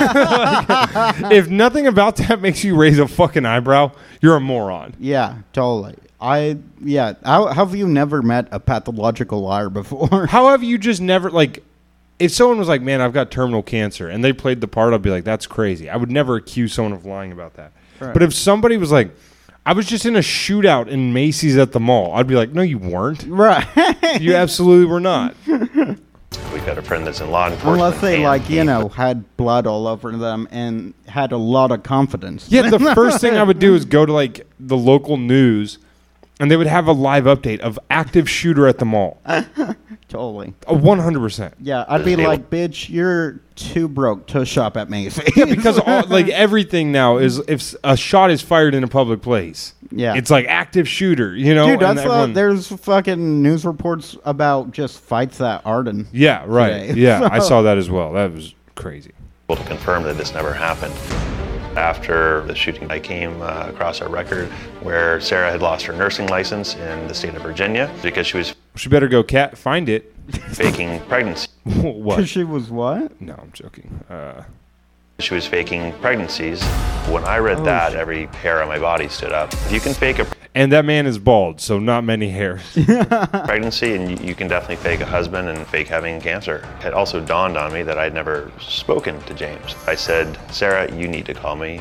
if nothing about that makes you raise a fucking eyebrow, you're a moron.
Yeah, totally. I yeah. How, how have you never met a pathological liar before?
However, you just never like. If someone was like, "Man, I've got terminal cancer," and they played the part, I'd be like, "That's crazy." I would never accuse someone of lying about that. But if somebody was like, "I was just in a shootout in Macy's at the mall," I'd be like, "No, you weren't.
right.
You absolutely were not."
We've got a friend that's in law enforcement.
Unless they
and
like
he-
you know had blood all over them and had a lot of confidence.
Yeah, the first thing I would do is go to like the local news, and they would have a live update of active shooter at the mall.
totally.
One hundred percent.
Yeah, I'd be
They-
like, bitch, you're too broke to shop at Macy's.
because all, like everything now is if a shot is fired in a public place,
Yeah.
it's like active shooter, you know.
Dude, uh, I
and
thought
everyone-
there's fucking news reports about just fights at Arden.
yeah, right,
today.
yeah, I saw that as well. That was crazy.
able to confirm that this never happened. After the shooting, I came uh, across a record where Sarah had lost her nursing license in the state of Virginia because she was
She better go cat find it.
faking pregnancy.
what?
She was what?
No, I'm joking. Uh,
She was faking pregnancies. When I
Oh,
read that, every hair on my body stood up. If you can fake a
and that man is bald, so not many hairs.
pregnancy, and you- you can definitely fake a husband and fake having cancer. It also dawned on me that I'd never spoken to James. I said, Sarah, you need to call me.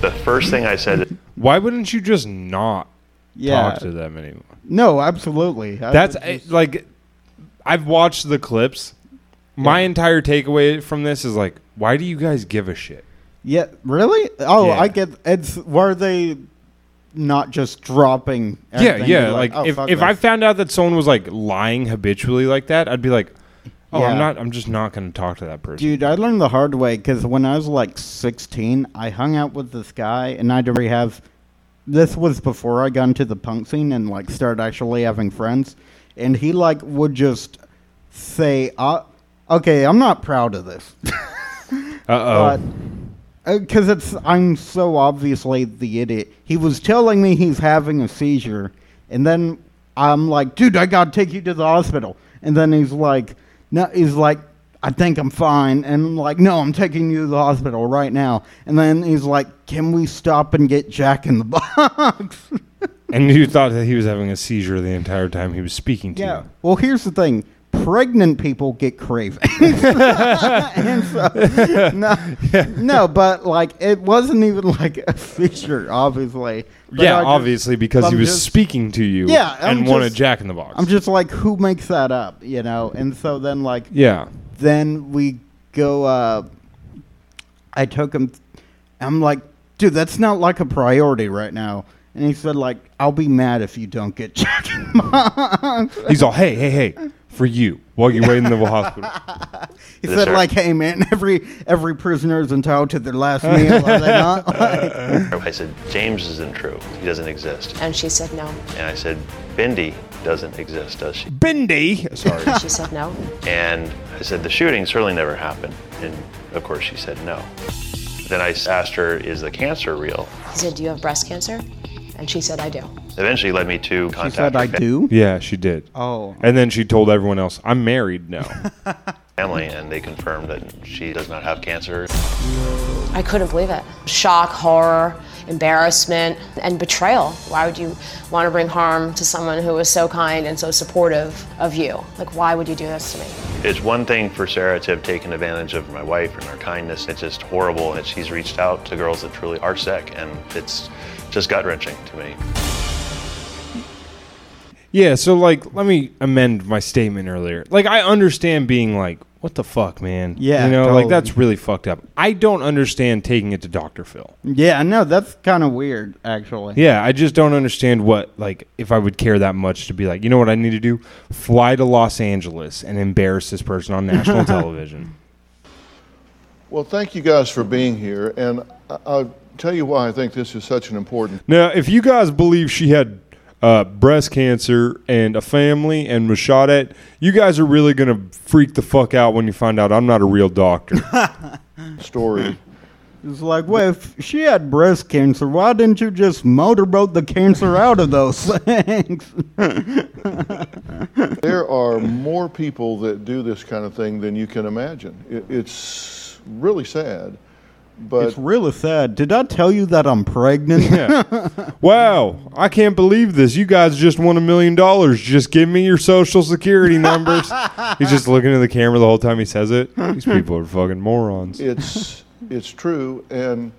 The first thing I said
Why wouldn't you just not
Yeah.
talk to them anymore?
No, absolutely. I
That's eh,
would
I-
just-
like, I've watched the clips. My entire takeaway from this is like, why do you guys give a shit?
yeah. Really? Oh,
Yeah.
I get. It's were they not just dropping?
Yeah,
everything?
yeah.
You're
Like,
oh,
if,
fuck
if I
this.
found out that someone was like lying habitually like that, I'd be like, oh, I'm
Yeah.
not. I'm just not going to talk to that person.
Dude, I learned the hard way because when I was like 16, I hung out with this guy, and I'd already have. This was before I got into the punk scene and like started actually having friends, and he like would just say, uh, "Okay, I'm not proud of this,"
Uh
but
oh.
because Uh, it's I'm so obviously the idiot. He was telling me he's having a seizure, and then I'm like, "Dude, I gotta take you to the hospital." And then he's like, "No," he's like, "I think I'm fine," and I'm like, "No, I'm taking you to the hospital right now." And then he's like, "Can we stop and get Jack in the box?"
And you thought that he was having a seizure the entire time he was speaking to
yeah.
you.
Well, here's the thing. Pregnant people get cravings. And so- no, no, but like it wasn't even like a seizure, obviously. But
yeah,
I just-
obviously because
I'm
he was
just-
speaking to you.
Yeah, I'm
and wanted
just-
Jack in the box.
I'm just like, who makes that up, you know? And so then, like,
Yeah.
then we go. Uh, I took him. I'm like, dude, that's not like a priority right now. And he said, like, I'll be mad if you don't get checked.
He's all, hey, hey, hey, for you while you're waiting in the hospital.
He
Yes,
said,
sir.
like, hey, man, every every prisoner is entitled to their last meal. Are they not? Like,
I said, James isn't true. He doesn't exist.
And she said no.
And I said, Bindi doesn't exist, does she?
Bendy. Sorry.
She said no.
And I said, the shooting certainly never happened. And of course, she said no. Then I asked her, is the cancer real?
He said, Do you have breast cancer? And she said, I do.
Eventually led me to
he
contact
said,
her
I do.
Yeah, she did.
Oh.
And then she told everyone else, I'm married now.
family, and they confirmed that she does not have cancer.
I couldn't believe it. Shock, horror, embarrassment, and betrayal. Why would you want to bring harm to someone who was so kind and so supportive of you? Like, why would you do this to me?
It's one thing for Sarah to have taken advantage of my wife and her kindness. It's just horrible that she's reached out to girls that truly are sick, and it's just gut wrenching to me.
Yeah, so like let me amend my statement earlier. Like I understand being like, what the fuck, man?
Yeah,
You know, like
totally.
that's really fucked up. I don't understand taking it to Dr. Phil.
Yeah, no, that's kind of weird, actually.
Yeah, I just don't understand what like if I would care that much to be like, you know what I need to do? Fly to Los Angeles and embarrass this person on national television.
Well, thank you guys for being here, and I- I'll tell you why I think this is such an important
Now, if you guys believe she had uh, breast cancer, and a family, and was shot at. You guys are really gonna freak the fuck out when you find out I'm not a real doctor.
Story.
It's like, well, if she had breast cancer, why didn't you just motorboat the cancer out of those things?
there are more people that do this kind of thing than you can imagine. It, it's really sad, but
it's really sad. Did I tell you that I'm pregnant?
Yeah. wow, I can't believe this. You guys just won a million dollars. Just give me your social security numbers. He's just looking at the camera the whole time he says it. These people are fucking morons.
it's it's true, and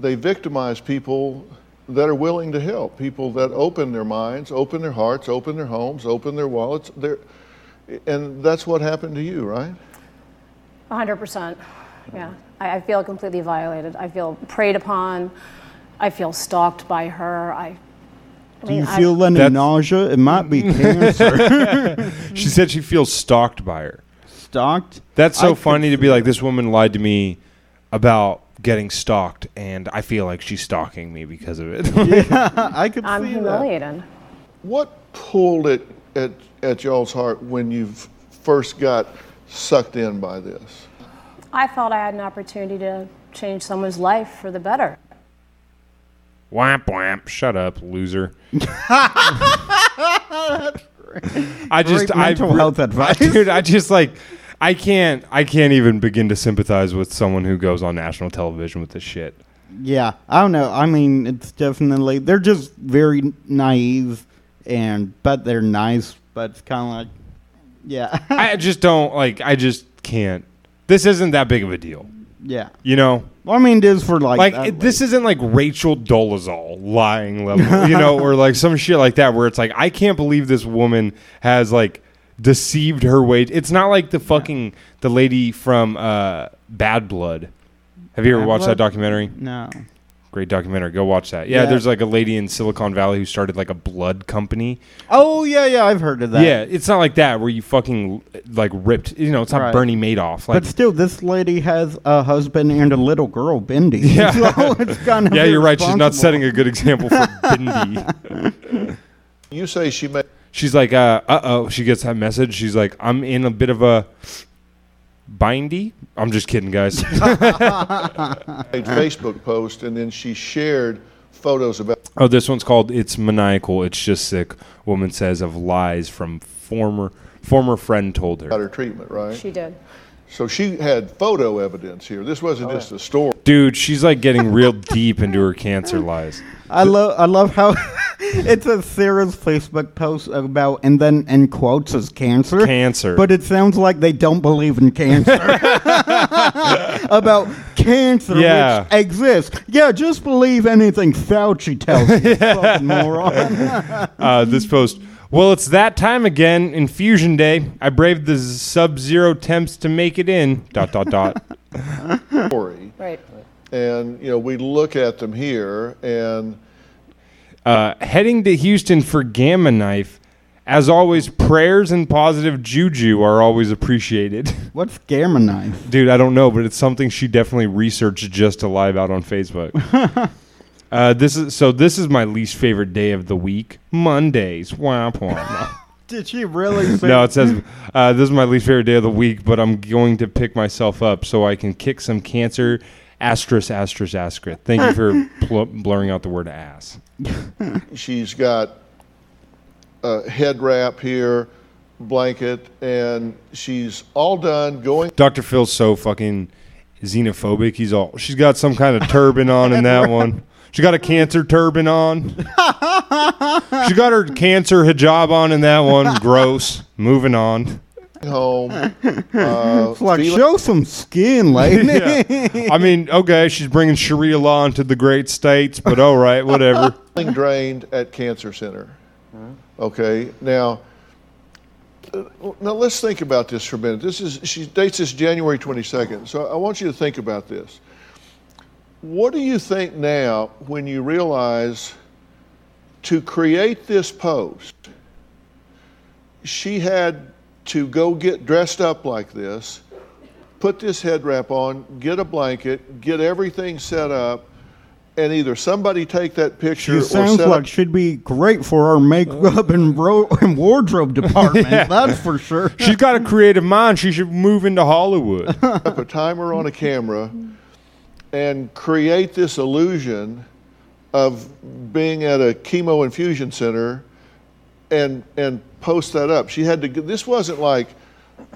they victimize people that are willing to help, people that open their minds, open their hearts, open their homes, open their wallets. Their, and that's what happened to you, right?
100%. Yeah. I, I feel completely violated. I feel preyed upon. I feel stalked by her. I, I
Do
mean,
you
I-
feel any
That's-
nausea? It might be cancer.
She said she feels stalked by her.
Stalked?
That's
I
so
could
funny to
see
be like,
that.
this woman lied to me about getting stalked, and I feel like she's stalking me because of it.
I could
I'm
see that.
humiliated.
What pulled at, at, at y'all's heart when you f- first got sucked in by this?
I felt I had an opportunity to change someone's life for the better.
wamp, wamp. Shut up, loser. I just,
Great
I,
mental health advice.
dude, I just like, I can't, I can't even begin to sympathize with someone who goes on national television with this shit.
Yeah, I don't know. I mean, it's definitely they're just very naive, and but they're nice. But it's kind of like, yeah,
I just don't like. I just can't. This isn't that big of a deal,
yeah.
you know.
Well, I mean, it is for like,
like
that
it, this
late.
isn't like Rachel Dolezal lying level, you know, or like some shit like that where it's like I can't believe this woman has like deceived her way. It's not like the fucking the lady from uh, Bad Blood. Have you ever
Bad
watched that
Blood?
documentary?
no.
Great documentary. Go watch that. Yeah,
Yeah.
there's like a lady in Silicon Valley who started like a blood company.
Oh yeah, yeah. I've heard of that.
yeah, it's not like that where you fucking like ripped. You know, it's not
Right.
Bernie Madoff. Like
But still, this lady has a husband and a little girl, Bendy.
Yeah.
so it's kind of
yeah, you're right. She's not
irresponsible.
setting a good example for Bindi.
You say she made
she's like, uh, uh oh. She gets that message. She's like, I'm in a bit of a bindy. I'm just kidding, guys.
a Facebook post and then she shared photos about
oh, this one's called "It's Maniacal." It's just sick. Woman says of lies from former former friend told her.
her treatment, right?
She did.
so she had photo evidence here. This wasn't just a story.
Dude, she's like getting real deep into her cancer lies.
I love I love how it says Sarah's Facebook post about and then in quotes is cancer.
Cancer.
But it sounds like they don't believe in cancer. about cancer
Yeah.
which exists. Yeah, just believe anything Fauci tells you, you fucking moron.
Uh, this post. Well, it's that time again. Infusion day. I braved the sub-zero temps to make it in. Dot dot dot.
Right.
And, you know, we look at them here and
Uh, heading to Houston for Gamma Knife. As always, prayers and positive juju are always appreciated.
What's gamma knife?
Dude, I don't know, but it's something she definitely researched just to live out on Facebook. uh, this is so. This is my least favorite day of the week. Mondays. Womp womp.
Did she really say
No, it says uh, this is my least favorite day of the week, but I'm going to pick myself up so I can kick some cancer. Asterisk, asterisk, asterisk. Thank you for pl- blurring out the word ass.
she's got a head wrap here, blanket, and she's all done going
Dr. Phil's so fucking xenophobic. He's all she's got some kind of turban on in that one. She got a cancer turban on. she got her cancer hijab on in that one. Gross. Moving on.
home.
it's like show some skin, lady?
Yeah. I mean, okay, she's bringing Sharia law into the great states, but all right, whatever.
feeling drained at cancer center. Okay, now, uh, now let's think about this for a minute. This is she dates this January 22nd, so I want you to think about this. What do you think now when you realize to create this post, she had to go get dressed up like this, put this head wrap on, get a blanket, get everything set up, and either somebody take that picture
She
or
sounds
set
like
up
should be great for our makeup and, ro- and wardrobe department. That's for sure.
She's got a creative mind. She should move into Hollywood.
up a timer on a camera and create this illusion of being at a chemo infusion center and and post that up. She had to g- this wasn't like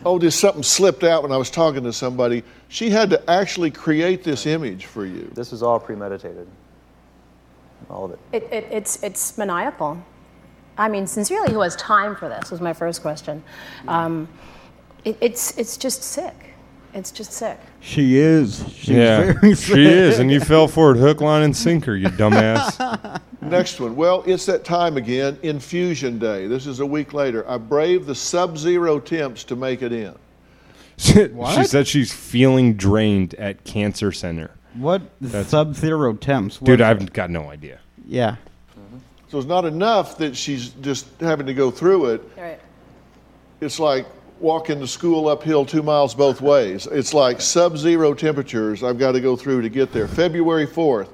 oh this something slipped out when I was talking to somebody. She had to actually create this image for you.
This was all premeditated. All of it.
It, it, it's, it's maniacal. I mean, sincerely, who has time for this? Was my first question. Um, it, it's, it's just sick. It's just sick.
She is. She's
yeah,
very sick.
she is, and you fell for it, hook, line, and sinker, you dumbass.
Next one. Well, it's that time again, infusion day. This is a week later. I braved the sub-zero temps to make it in.
she, she said she's feeling drained at cancer center.
What sub zero temps?
Dude,
What-
I've got no idea.
yeah.
So it's not enough that she's just having to go through it.
Right.
it's like walking to school uphill two miles both ways. It's like sub zero temperatures I've got to go through to get there. February 4th,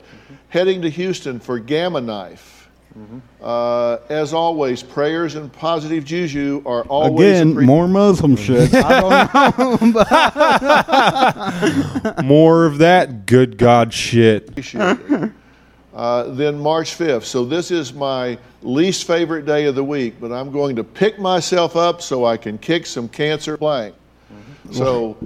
heading to Houston for Gamma Knife.
Mm-hmm.
Uh, as always, prayers and positive juju are always
Again,
appre-
more Muslim shit. I don't know.
More of that good God shit.
appreciated. Uh, then March 5th. So this is my least favorite day of the week, but I'm going to pick myself up so I can kick some cancer blank. So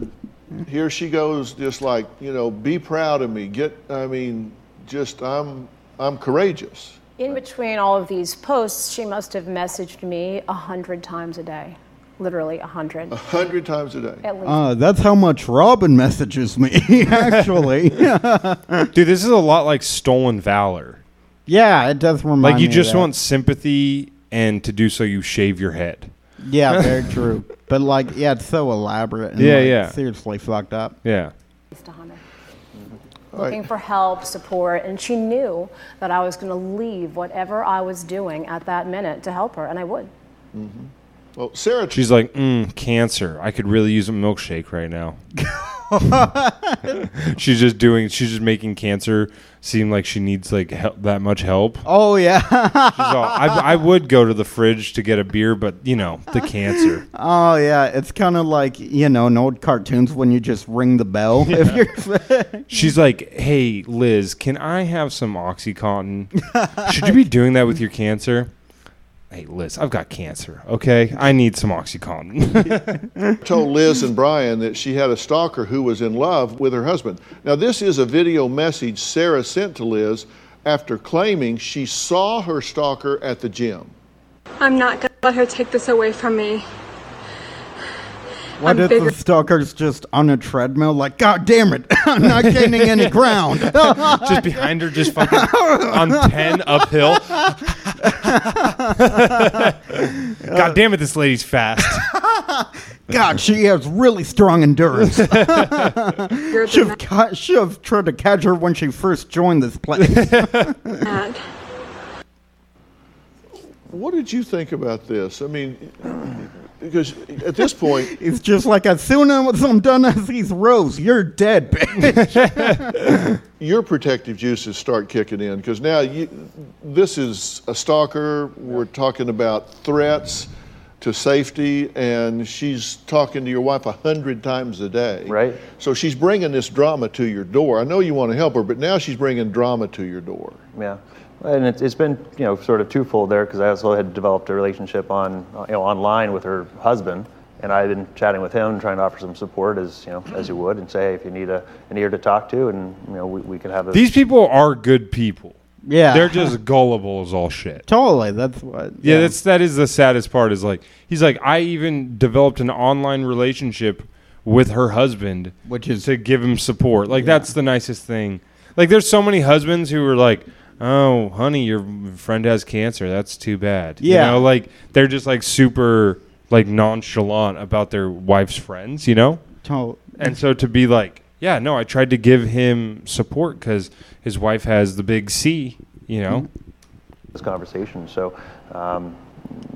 here she goes, just like you know, be proud of me. Get, I mean, just I'm I'm courageous.
In between all of these posts, she must have messaged me a hundred times a day, literally a hundred,
A hundred times a day.
at least.
Uh, that's how much Robin messages me, actually.
Dude, this is a lot like stolen valor.
yeah, it does remind me.
Like you
of
just
that.
want sympathy, and to do so, you shave your head.
Yeah, very true. But like, yeah, it's so elaborate. And
Yeah,
like,
yeah.
Seriously fucked up.
Yeah.
least 100. Looking for help, support, and she knew that I was going to leave whatever I was doing at that minute to help her, and I would.
Well, Sarah,
She's like, mm, cancer. I could really use a milkshake right now. she's just doing. She's just making cancer seem like she needs like help, that much help. She's
Oh yeah.
all, I, I would go to the fridge to get a beer, but you know the cancer.
Oh yeah. It's kind of like you know in old cartoons when you just ring the bell. If you're
She's like, hey Liz, can I have some OxyContin? Should you be doing that with your cancer? Hey Liz, I've got cancer. Okay, I need some OxyContin.
told Liz and Brian that she had a stalker who was in love with her husband. Now, this is a video message Sarah sent to Liz after claiming she saw her stalker at the gym.
I'm not gonna let her take this away from me.
What
I'm
if
bigger-
the stalker's just on a treadmill? Like, God damn it, I'm not gaining any ground.
just behind her, just fucking on 10 uphill. God damn it, this lady's fast.
God, she has really strong endurance.
You're
Should
the
have, ca- should have tried to catch her when she first joined this place.
mad.
What did you think about this? I mean, because at this point,
it's just like, as soon as I'm done as these rows, you're dead, bitch.
your protective juices start kicking in because now you, this is a stalker. We're talking about threats to safety, and she's talking to your wife a hundred times a day.
Right.
So she's bringing this drama to your door. I know you want to help her, but now she's bringing drama to your door.
Yeah. And it's, it's been, you know, sort of twofold there because I also had developed a relationship on, you know, online with her husband. And I've been chatting with him, trying to offer some support as, you know, as you would and say, hey, if you need a, an ear to talk to and, you know, we, we can have a.
These people are good people.
Yeah.
They're just gullible as all shit.
totally, that's what.
Yeah, that's that is the saddest part is like he's like I even developed an online relationship with her husband
Which is-
to give him support. Like that's the nicest thing. Like there's so many husbands who are like, "Oh, honey, your friend has cancer. That's too bad."
Yeah.
You know, like they're just like super like nonchalant about their wife's friends, you know?
To-
And so to be like, yeah, no, I tried to give him support cuz his wife has the big C, you know?
Mm-hmm.
this conversation. So, um,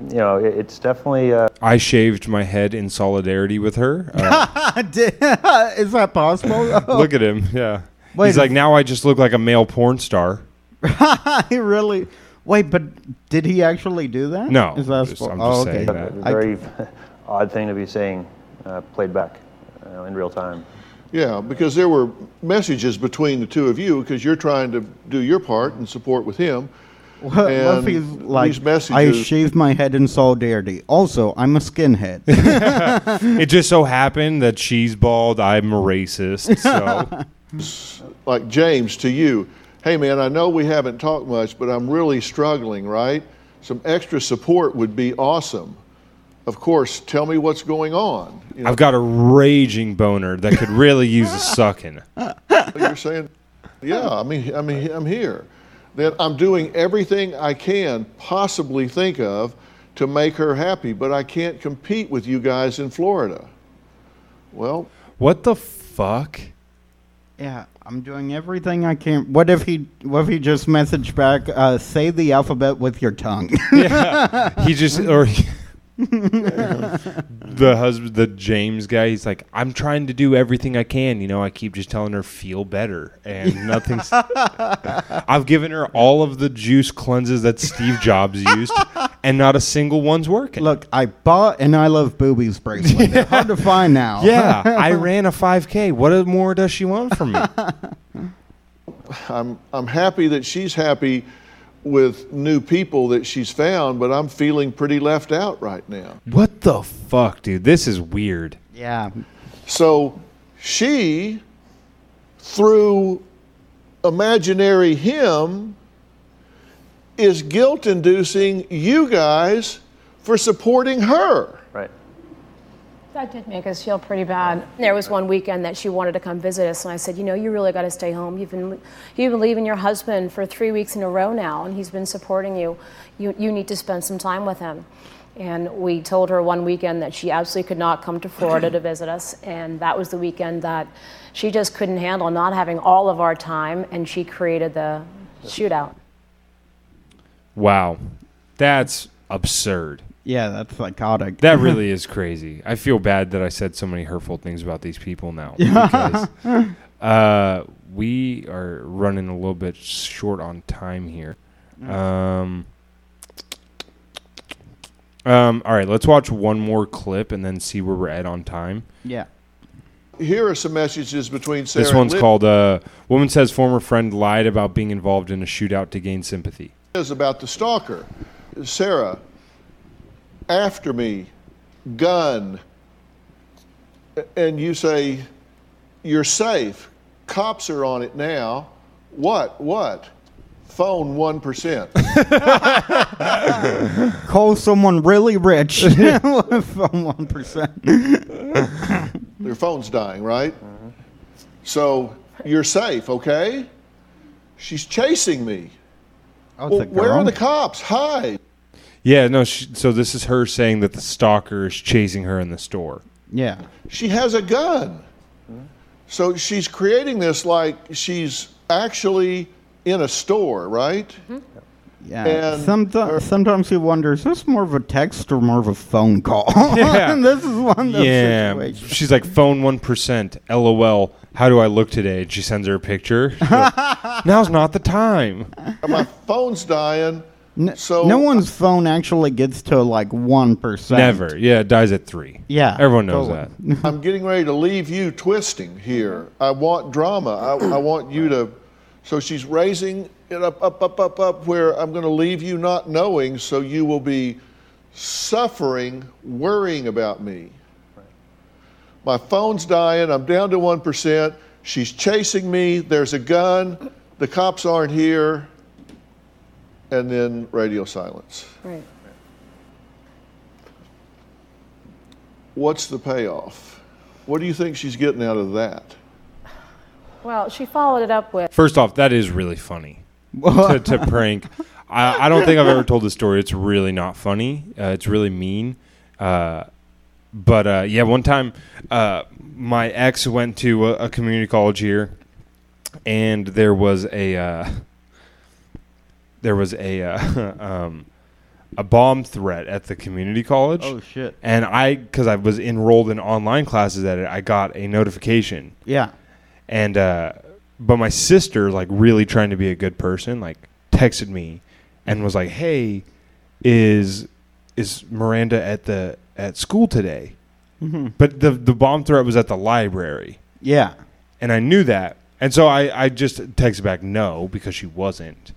you know, it, it's definitely uh,
I shaved my head in solidarity with her. Uh,
Is that possible?
look at him. Yeah.
Wait.
He's like, now I just look like a male porn star.
I really. Wait, but did he actually do that?
No,
Is that
I'm just-
spo-
I'm
oh,
just
okay.
saying that.
I-
Very odd thing to be saying, uh, played back uh, in real time.
Yeah, because there were messages between the two of you because you're trying to do your part and support with him.
What, what if
And
he's like,
these messages-
I shaved my head in solidarity. Also, I'm a skinhead.
It just so happened that she's bald. I'm a racist. So
Like James to you, hey man, I know we haven't talked much, but I'm really struggling, right? Some extra support would be awesome. Of course, tell me what's going on. You know
I've got a raging boner that could really use a sucking.
what you're saying? Yeah, I mean, I mean, I'm here. That I'm doing everything I can possibly think of to make her happy, but I can't compete with you guys in Florida. Well,
What the fuck?
yeah, I'm doing everything I can. What if he? What if he just messaged back? Uh, say the alphabet with your tongue.
He just or the husband, the James guy. He's like, I'm trying to do everything I can. You know, I keep just telling her feel better, and nothing's. I've given her all of the juice cleanses that Steve Jobs used, and not a single one's working.
Look, I bought an I love boobies bracelet. They're Hard to find now.
Yeah, I ran a 5K. What more does she want from me?
I'm I'm happy that she's happy with new people that she's found, but I'm feeling pretty left out right now.
What the fuck, dude? This is weird.
Yeah.
So she, through imaginary him, is guilt inducing you guys for supporting her.
Right.
That did make us feel pretty bad. There was one weekend that she wanted to come visit us, and I said, "You know, you really got to stay home. You've been you've been leaving your husband for three weeks in a row now, and he's been supporting you. You you need to spend some time with him." And we told her one weekend that she absolutely could not come to Florida to visit us, and that was the weekend that she just couldn't handle not having all of our time, and she created the shootout.
Wow. That's absurd.
Yeah, that's psychotic.
That really is crazy. I feel bad that I said so many hurtful things about these people now. because, uh, we are running a little bit short on time here. Um, um, all right, let's watch one more clip and then see where we're at on time.
yeah.
Here are some messages between Sarah
This one's
and
called uh, Woman Says Former Friend Lied About Being Involved in a Shootout to Gain Sympathy.
Liz about the stalker. Sarah, after me, gun. And you say, you're safe. Cops are on it now. What? What? Phone 1%.
Call someone really rich from one percent.
Your phone's dying, right? So you're safe, okay? She's chasing me.
Oh,
Well,
it's a
where are
girl.
the cops? Hide.
Yeah, no. She, so this is her saying that the stalker is chasing her in the store.
yeah.
She has a gun. So she's creating this like she's actually in a store, right?
Mm-hmm. Yeah.
And-
Sometimes, sometimes you wonder, is this more of a text or more of a phone call?
Yeah.
this is one of those
yeah,
situations.
she's like phone one percent. LOL. How do I look today? And she sends her a picture. She's like, Now's not the time.
Uh,
My phone's dying. so
no one's phone actually gets to like one percent.
Never. Yeah, it dies at three.
Yeah,
everyone knows
totally.
that.
I'm getting ready to leave you twisting here. I want drama. I, I want you to. So she's raising it up, up, up, up, up, where I'm going to leave you not knowing, so you will be suffering, worrying about me. My phone's dying. I'm down to 1%. She's chasing me. There's a gun. The cops aren't here. And then radio silence.
Right.
What's the payoff? What do you think she's getting out of that?
Well, she followed it up with.
First off, that is really funny to, to prank. I, I don't think I've ever told this story. It's really not funny. Uh, it's really mean. Uh, but uh, yeah, one time uh, my ex went to a, a community college here, and there was a uh, there was a uh, um, a bomb threat at the community college.
Oh, shit.
And I, because I was enrolled in online classes at it, I got a notification
Yeah.
and uh, but my sister, like really trying to be a good person, like texted me and was like, "Hey, is is Miranda at the at school today?" But the the bomb threat was at the library,
Yeah.
and I knew that, and so I I just texted back no because she wasn't.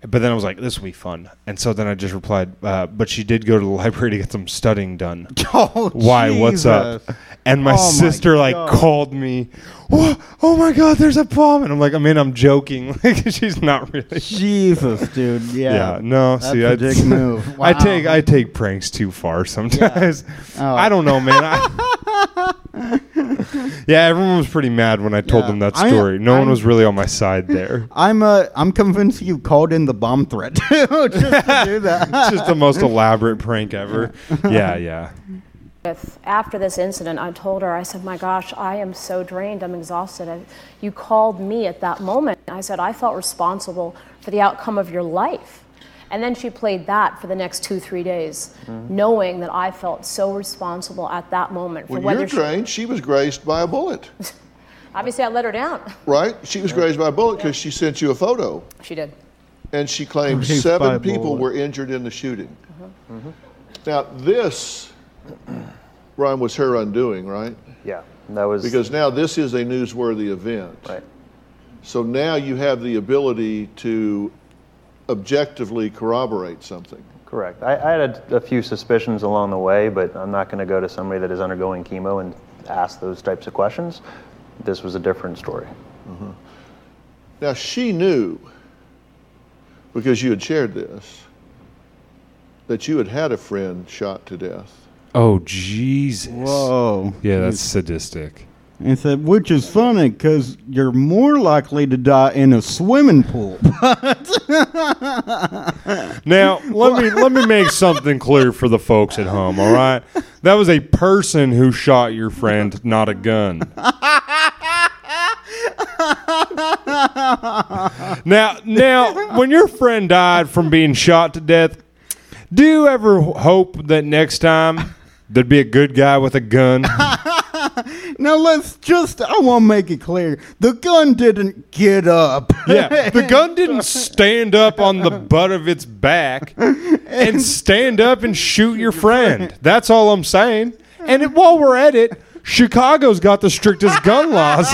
But then I was like, "This will be fun," and so then I just replied, uh, "But she did go to the library to get some studying done."
Oh,
why what's up
Jesus.
and my
Oh my
sister like
God.
called me "Wha- oh my god there's a bomb and i'm like i mean i'm joking like she's not really
Jesus, dude. Yeah.
yeah, no
That's
see
a
I,
big move.
I
Wow.
take i take pranks too far sometimes
Oh.
i don't know man I, yeah everyone was pretty mad when i told
Yeah.
them that
I-
story no one
I'm-
was really on my side there
I'm uh, I'm convinced you called in the bomb threat too, just to do that.
it's just the most elaborate prank ever yeah yeah
If after this incident, I told her, I said, My gosh, I am so drained. I'm exhausted. I, you called me at that moment. I said, I felt responsible for the outcome of your life. And then she played that for the next two, three days, knowing that I felt so responsible at that moment for
When
whether
you're
she.
trained, she was grazed by a bullet,
Obviously, I let her down.
right? She was grazed by a bullet because she sent you a photo,
She did.
and she claimed
Grazed by a
seven people
bullet.
were injured in the shooting.
Mm-hmm.
Mm-hmm. Now this, Ryan, was her undoing, right?
Yeah, and that was
Because now this is a newsworthy event.
right.
So now you have the ability to objectively corroborate something.
Correct. I, I had a, a few suspicions along the way, but I'm not going to go to somebody that is undergoing chemo and ask those types of questions. This was a different story.
Now she knew, because you had shared this, that you had had a friend shot to death.
oh jesus
Whoa.
yeah that's sadistic
And said, which is funny because you're more likely to die in a swimming pool.
Now let me let me make something clear for the folks at home. All right, that was a person who shot your friend, not a gun. now, now, when your friend died from being shot to death, do you ever hope that next time there'd be a good guy with a gun?
now let's just—I want to make it clear: the gun didn't get up.
Yeah, the gun didn't stand up on the butt of its back and stand up and shoot your friend. That's all I'm saying. And it, while we're at it, Chicago's got the strictest gun laws.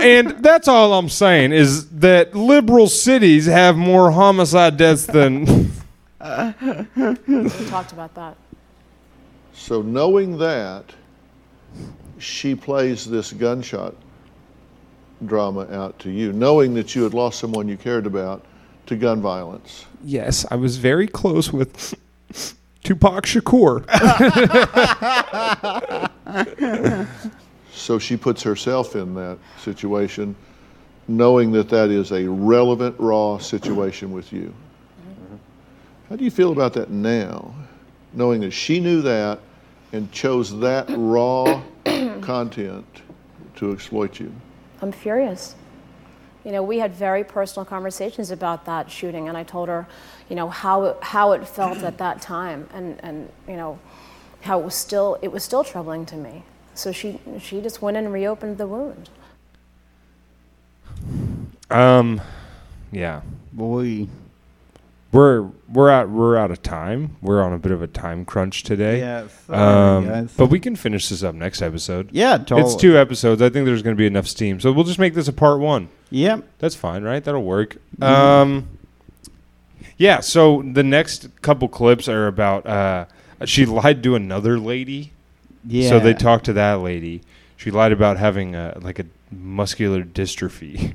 and that's all I'm saying is that liberal cities have more homicide deaths than.
We talked about that.
So knowing that, she plays this gunshot drama out to you, knowing that you had lost someone you cared about to gun violence.
Yes, I was very close with Tupac Shakur.
So she puts herself in that situation, knowing that that is a relevant, raw situation with you. How do you feel about that now, knowing that she knew that and chose that raw content to exploit you?
I'm furious. You know, we had very personal conversations about that shooting, and I told her, you know, how it, how it felt at that time, and, and you know, how it was still it was still troubling to me. So she she just went and reopened the wound.
Um, yeah.
Boy,
we're we're out we're out of time. We're on a bit of a time crunch today.
Yeah, sorry,
Um,
guys.
but we can finish this up next episode.
yeah, Oh. totally.
It's two episodes. I think there's going to be enough steam, so we'll just make this a part one.
Yep.
That's fine, right? That'll work.
Mm-hmm.
Um, yeah. So the next couple clips are about uh, she lied to another lady.
Yeah.
So they talked to that lady. She lied about having a, like a muscular dystrophy.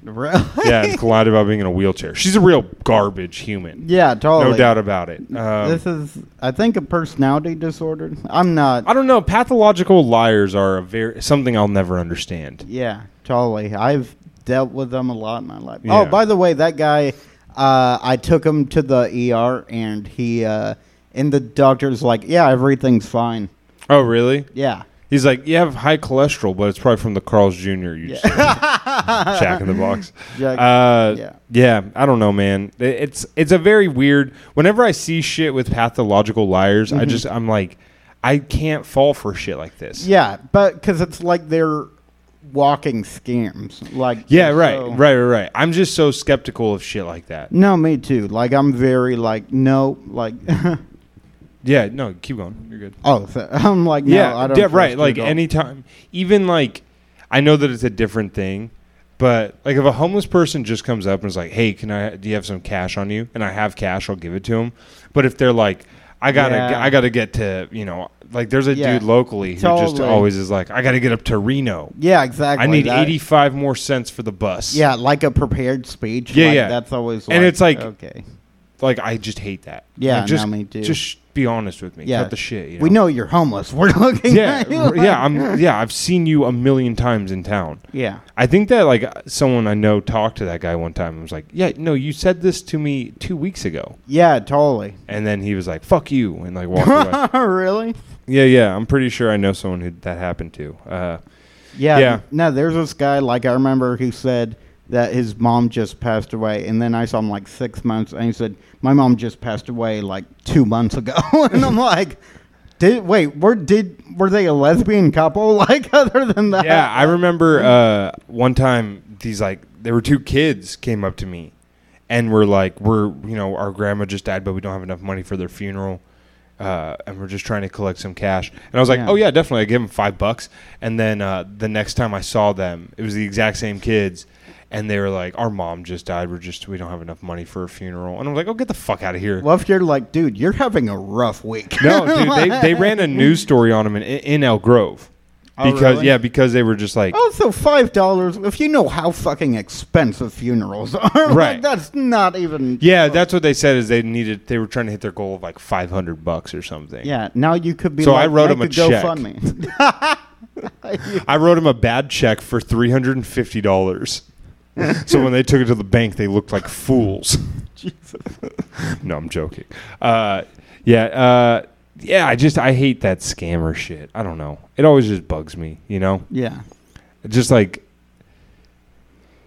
yeah, and lied about being in a wheelchair. She's a real garbage human.
yeah, totally.
No doubt about it. Um,
This is, I think, a personality disorder. I'm not.
I don't know. Pathological liars are a very something I'll never understand.
Yeah, totally. I've dealt with them a lot in my life.
Yeah.
Oh, by the way, that guy, uh, I took him to the ER, and he, uh, and the doctor's like, "Yeah, everything's fine."
Oh, really?
Yeah.
He's like, you have high cholesterol, but it's probably from the Carl's Jr. You just Jack in the box.
Jack-
uh,
yeah.
yeah. I don't know, man. I- It's it's a very weird. Whenever I see shit with pathological liars,
Mm-hmm.
I just I'm like, I can't fall for shit like this.
Yeah, but because it's like they're walking scams. Like
Yeah, right,
so-
right, right, right. I'm just so skeptical of shit like that.
No, me too. Like I'm very like no, like
Yeah, no, keep going. You're good.
oh, so, I'm like no,
yeah,
I don't.
yeah, right.
trust
Like
you at all.
anytime, even like, I know that it's a different thing, but like if a homeless person just comes up and is like, "Hey, can I? Do you have some cash on you?" and I have cash, I'll give it to him. But if they're like, "I gotta,
Yeah.
I gotta get to," you know, like there's a
Yeah,
dude locally who just
totally.
always is like, "I gotta get up to Reno.
Yeah, exactly.
I need
that-
85 more cents for the bus."
Yeah, like a prepared speech.
Yeah,
like,
yeah.
That's always
And it's like-
okay.
like I just hate that.
Yeah,
Like, just
no, me too.
just be honest with me.
Yeah,
Cut the shit. You
We know you're homeless. We're looking.
Yeah,
at you,
r- yeah,
like-
I'm yeah, I've seen you a million times in town.
Yeah.
I think that like uh, someone I know talked to that guy one time and was like, "Yeah, no, you said this to me 2 weeks ago."
Yeah, totally.
And then he was like, "Fuck you." And like walked away.
really?
yeah, yeah, I'm pretty sure I know someone who that happened to. Uh
Yeah.
Yeah.
No, there's this guy, like, I remember who said that his mom just passed away. And then I saw him, like, six months. And he said, My mom just passed away, like, two months ago. and I'm like, did, wait, were, did, were they a lesbian couple? Like, other than that?
yeah, I remember uh, one time these like there were two kids came up to me and were like, "We're you know our grandma just died, but we don't have enough money for their funeral, uh, and we're just trying to collect some cash." And I was like,
Yeah.
"Oh yeah, definitely." I gave them five bucks, and then uh, the next time I saw them, it was the exact same kids. And they were like, "Our mom just died. We're just we don't have enough money for a funeral." And I was like, "Oh, get the fuck out of here!"
Well, if you're like, dude, you're having a rough week.
No, dude, they, they ran a news story on him in, in El Grove
Oh,
because
really?
yeah, because they were just like,
Also, five dollars. If you know how fucking expensive funerals are, like,
Right.
that's not even.
Yeah, that's what they said is they needed they were trying to hit their goal of like 500 bucks or something.
Yeah. Now you could be.
So
like,
I wrote
make
him a check.
GoFundMe.
I wrote him a bad check for $350. so when they took it to the bank, they looked like fools. Jesus. no, I'm joking. Uh, yeah, uh, yeah, I just I hate that scammer shit. I don't know. It always just bugs me, you know?
yeah.
just like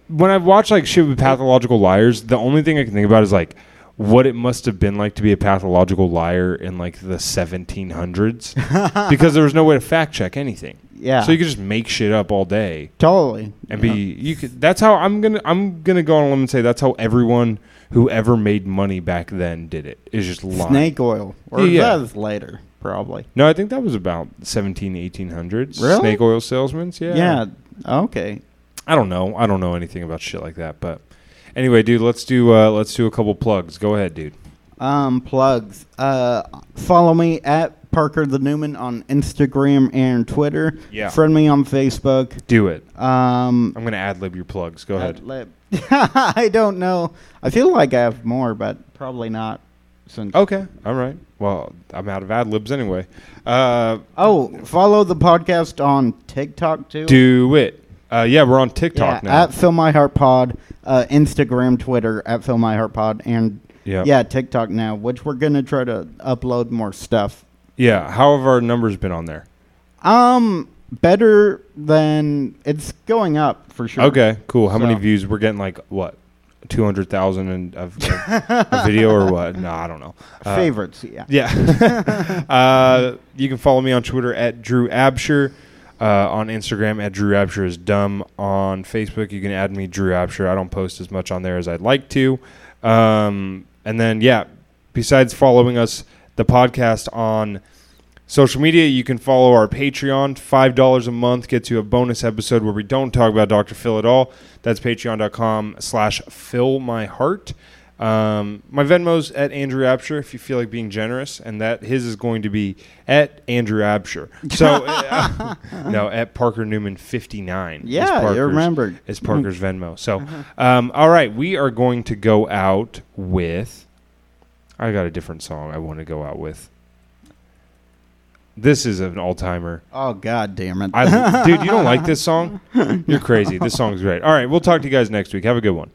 when I've watched like shit with pathological liars, the only thing I can think about is like what it must have been like to be a pathological liar in like the 1700s because there was no way to fact check anything.
Yeah.
So you could just make shit up all day
Totally.
and be you could that's how I'm going to I'm going to go on a limb and say that's how everyone who ever made money back then did it. Is just lying.
snake oil. Or
Yeah.
that's later, probably.
No, I think that was about 17 1800s.
Really?
Snake oil salesmen,
Yeah. Okay.
I don't know. I don't know anything about shit like that. But anyway, dude, let's do uh, let's do a couple plugs. Go ahead, dude.
Um, plugs. Uh, follow me at Parker the Newman on Instagram and Twitter.
Yeah.
Friend me on Facebook.
Do it.
Um,
I'm gonna ad lib your plugs. Go ahead.
Lib. I don't know. I feel like I have more, but probably not. Since
Okay. All right. Well, I'm out of ad libs anyway. Uh,
oh, follow the podcast on TikTok too.
do it. Uh, yeah, we're on
yeah,
TikTok now.
at Fill My Heart Pod, uh, Instagram, Twitter at Fill My Heart Pod, and
Yep.
yeah, TikTok now, which we're gonna try to upload more stuff.
yeah. How have our numbers been on there?
Um, better than it's going up for sure.
Okay. Cool. How many
So-
views? We're getting like what, two hundred thousand and of of a video or what? No, I don't know. Uh,
favorites. Yeah,
Yeah. uh, you can follow me on Twitter at Drew Absher. Uh, on Instagram at Drew Absher is dumb. On Facebook, you can add me Drew Absher. I don't post as much on there as I'd like to. Um, and then, yeah, besides following us, the podcast on social media, you can follow our Patreon. $5 a month gets you a bonus episode where we don't talk about Dr. Phil at all. That's patreon.com slash fill my heart. Um, my Venmo's at Andrew Absher if you feel like being generous, and that his is going to be at Andrew Absher. So, uh, no, at Parker Newman 59. is
Yeah, you
Parker's-
remembered. Uh-huh.
Is Parker's Venmo. So, um, all right, we are going to go out with. I got a different song I want to go out with. This is an all timer.
Oh god damn it.
I, dude, you don't like this song? You're crazy. This song's great. All right, we'll talk to you guys next week. Have a good one.